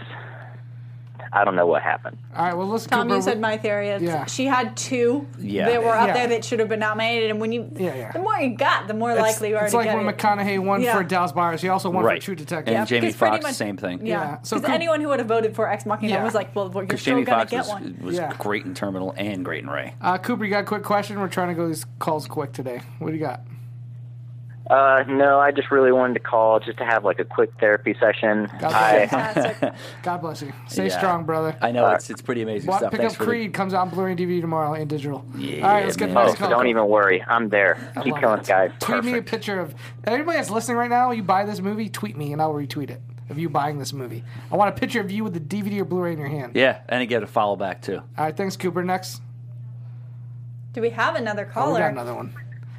S9: I don't know what happened.
S4: All right, well, let's
S2: Tom,
S4: go.
S2: you said my theory. Is
S4: Yeah.
S2: She had two
S9: Yeah.
S2: that were up
S4: Yeah.
S2: there that should have been nominated, and when you,
S4: Yeah, yeah.
S2: the more you got, the more likely you are
S4: it's
S2: to
S4: like
S2: get
S4: when
S2: it.
S4: McConaughey won
S2: Yeah.
S4: for Dallas Buyers. He also won
S3: Right.
S4: for True Detective.
S3: And Jamie
S2: 'cause pretty
S3: Fox,
S2: much-
S3: same thing.
S2: Yeah,
S4: so
S2: because
S4: could-
S2: anyone who would have voted for Ex Machina
S4: Yeah.
S2: was like, well, well, you're
S3: Because
S2: still
S3: Jamie
S2: gonna
S3: Fox
S2: get
S3: was, [laughs]
S2: one.
S3: was
S4: Yeah.
S3: great in Terminal and great in Ray.
S4: Uh, Cooper, you got a quick question? We're trying to go these calls quick today. What do you got?
S9: Uh, no, I just really wanted to call just to have like a quick therapy session. I,
S4: God bless you. Stay
S3: Yeah.
S4: strong, brother.
S3: I know it's it's pretty amazing
S4: Well,
S3: stuff.
S4: pick
S3: Thanks
S4: up
S3: for
S4: Creed. Comes out on Blu-ray and DVD tomorrow in digital.
S3: Yeah,
S4: All right, let's get
S3: man.
S4: the next
S9: oh,
S4: call.
S9: don't even worry, I'm there.
S4: I
S9: Keep
S4: love
S9: going,
S4: it.
S9: guys.
S4: Tweet me a picture of anybody that's listening right now. You buy this movie, tweet me, and I'll retweet it of you buying this movie. I want a picture of you with the DVD or Blu-ray in your hand.
S3: the, yeah, and again a follow back too.
S4: All right, thanks, Cooper. Next,
S2: Do we have another
S4: oh, we
S2: caller?
S4: got another one.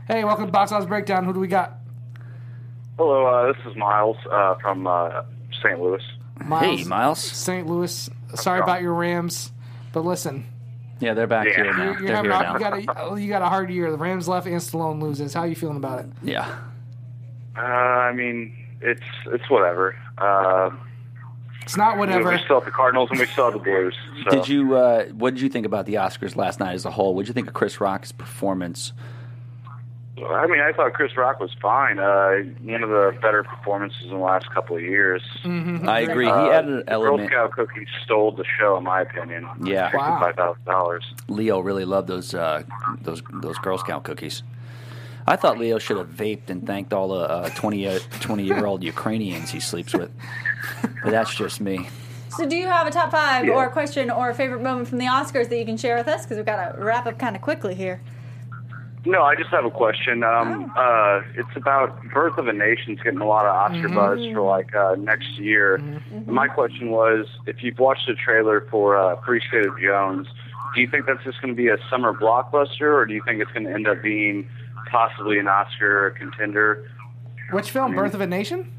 S4: Hey, welcome to Box Office Breakdown. Who do we got?
S10: Hello, uh, this is Miles uh, from uh, St. Louis.
S4: Miles.
S3: Hey, Miles.
S4: St. Louis. Sorry about your Rams, but listen,
S3: Yeah, they're back here now.
S4: you're
S3: they're here
S4: having a,
S3: now.
S4: you got a oh, you got a hard year. The Rams left and Stallone loses. How you feeling about it?
S3: yeah.
S10: Uh, I mean, it's it's whatever. Uh,
S4: It's not
S10: We
S4: whatever.
S10: still have the Cardinals and we still have the Blues. So.
S3: Did you? Uh, what did you think about the Oscars last night as a whole? What did you think of Chris Rock's performance?
S10: I mean, I thought Chris Rock was fine. Uh, one of the better performances in the last couple of years.
S4: Mm-hmm.
S3: I agree. He
S10: Uh,
S3: added an
S10: the
S3: element.
S10: Girl Scout cookies stole the show, in my opinion.
S3: Yeah. Wow.
S10: sixty-five thousand dollars.
S3: Leo really loved those uh, those those Girl Scout cookies. I thought Leo should have vaped and thanked all the uh, 20, 20 year old Ukrainians he sleeps with. But that's just me.
S2: So, do you have a top five
S3: Yeah.
S2: or a question or a favorite moment from the Oscars that you can share with us? Because we've got to wrap up kind of quickly here.
S10: No, I just have a question. Um, uh, it's about Birth of a Nation's getting a lot of Oscar
S11: Mhm.
S10: buzz for like uh, next year. My question was, if you've watched the trailer for uh, Appreciate of Jones, do you think that's just going to be a summer blockbuster, or do you think it's going to end up being possibly an Oscar contender?
S4: Which film?
S3: Mm-hmm.
S4: Birth of a Nation.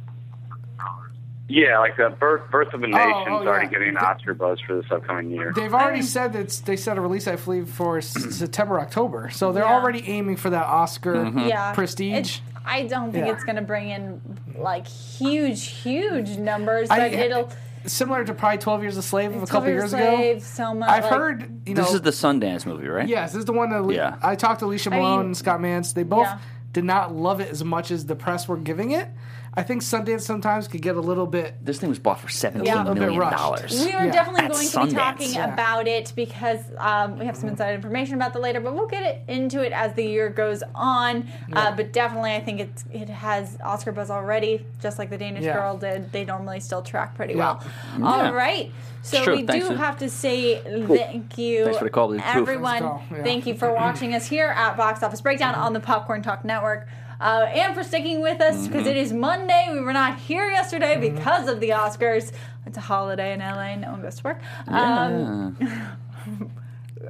S10: Yeah, like the Birth Birth of a Nation's
S4: oh,
S10: already
S4: yeah.
S10: getting an Oscar buzz for this upcoming year. Mm-hmm.
S4: They've already said that it's- they set a release, I believe, for s- September, October. So they're already aiming for that Oscar
S3: Hmm.
S10: Mhm.
S2: Yeah.
S4: prestige.
S2: I don't think
S4: Yeah.
S2: it's going to bring in like huge, huge numbers, but
S4: I-
S2: it'll.
S4: Similar to probably Twelve Years a Slave of a couple years
S2: Slave,
S4: ago.
S2: Selma,
S4: I've
S2: like-
S4: heard, you know,
S3: This is the Sundance movie, right?
S4: Yes, this is the one that
S3: Yeah.
S4: I talked to Alicia
S2: I mean-
S4: Malone and Scott Mance. They both
S2: Yeah.
S4: did not love it as much as the press were giving it. I think Sundance sometimes could get a little bit.
S3: This thing was bought for seventeen
S4: Yeah. A little
S3: million
S4: bit rushed.
S3: dollars.
S2: We are definitely
S3: At
S2: going to
S3: Sundance.
S2: be talking
S3: Yeah.
S2: about it because um, we have some inside information about that later, but we'll get it into it as the year goes on. Uh, but definitely, I think it's, it has Oscar buzz already, just like the Danish
S12: Yeah.
S2: Girl did. They normally still track pretty
S12: Yeah.
S2: well.
S3: Yeah.
S2: All right. So
S3: It's true.
S2: we
S3: Thanks
S2: do
S3: for-
S2: have to say
S3: Cool.
S2: thank you,
S3: Thanks for the call, Blue. Cool.
S2: everyone.
S3: Thanks for the call. Yeah.
S2: Thank you for watching us here at Box Office Breakdown on the Popcorn Talk Network. Uh, and for sticking with us because
S12: Mhm.
S2: it is Monday. We were not here yesterday because of the Oscars. It's a holiday in LA. No one goes to work. Um,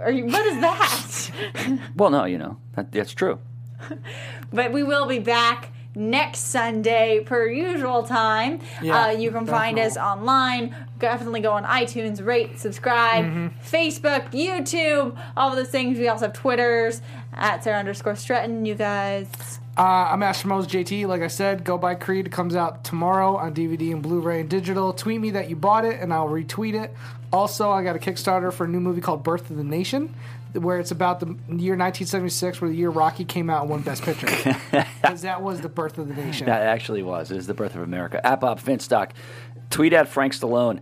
S2: are you, what is that?
S3: Yeah. well, no, you know that, that's true.
S2: but we will be back next Sunday per usual time.
S3: Yeah,
S2: uh, you can find us online. Definitely go on iTunes, rate, subscribe,
S12: Mhm.
S2: Facebook, YouTube, all of those things. We also have Twitters at Sarah underscore Stretton. You guys,
S4: Uh, I'm Ash Mose JT. Like I said, go buy Creed. It comes out tomorrow on DVD and Blu-ray and digital. Tweet me that you bought it, and I'll retweet it. Also, I got a Kickstarter for a new movie called Birth of the Nation, where it's about the year 1976, where the year Rocky came out and won
S3: [laughs]
S4: Best Picture, because that was the birth of the nation.
S3: That actually was. It is the birth of America. At Bob Finstock, tweet at Frank Stallone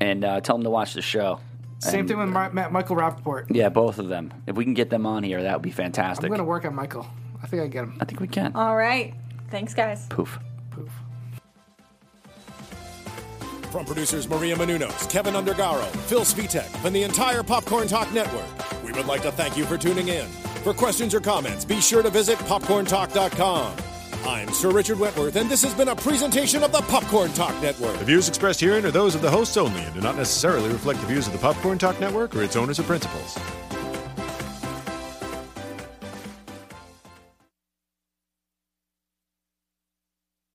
S3: and uh, tell him to watch the show.
S4: Same
S3: And-
S4: thing with Mar- Ma- Michael Rappaport.
S3: Yeah, both of them. If we can get them on here, that would be
S4: I'm
S3: fantastic.
S4: going to work Um, on Michael. I think I can get him.
S3: I think we can.
S2: all right. Thanks, guys.
S3: Poof.
S1: From producers Maria Menunos, Kevin Undergaro, Phil Svitek, and the entire Popcorn Talk Network, we would like to thank you for tuning in. For questions or comments, be sure to visit popcorntalk.com. I'm Sir Richard Wentworth, and this has been a presentation of the Popcorn Talk Network.
S13: The views expressed herein are those of the hosts only and do not necessarily reflect the views of the Popcorn Talk Network or its owners or principals.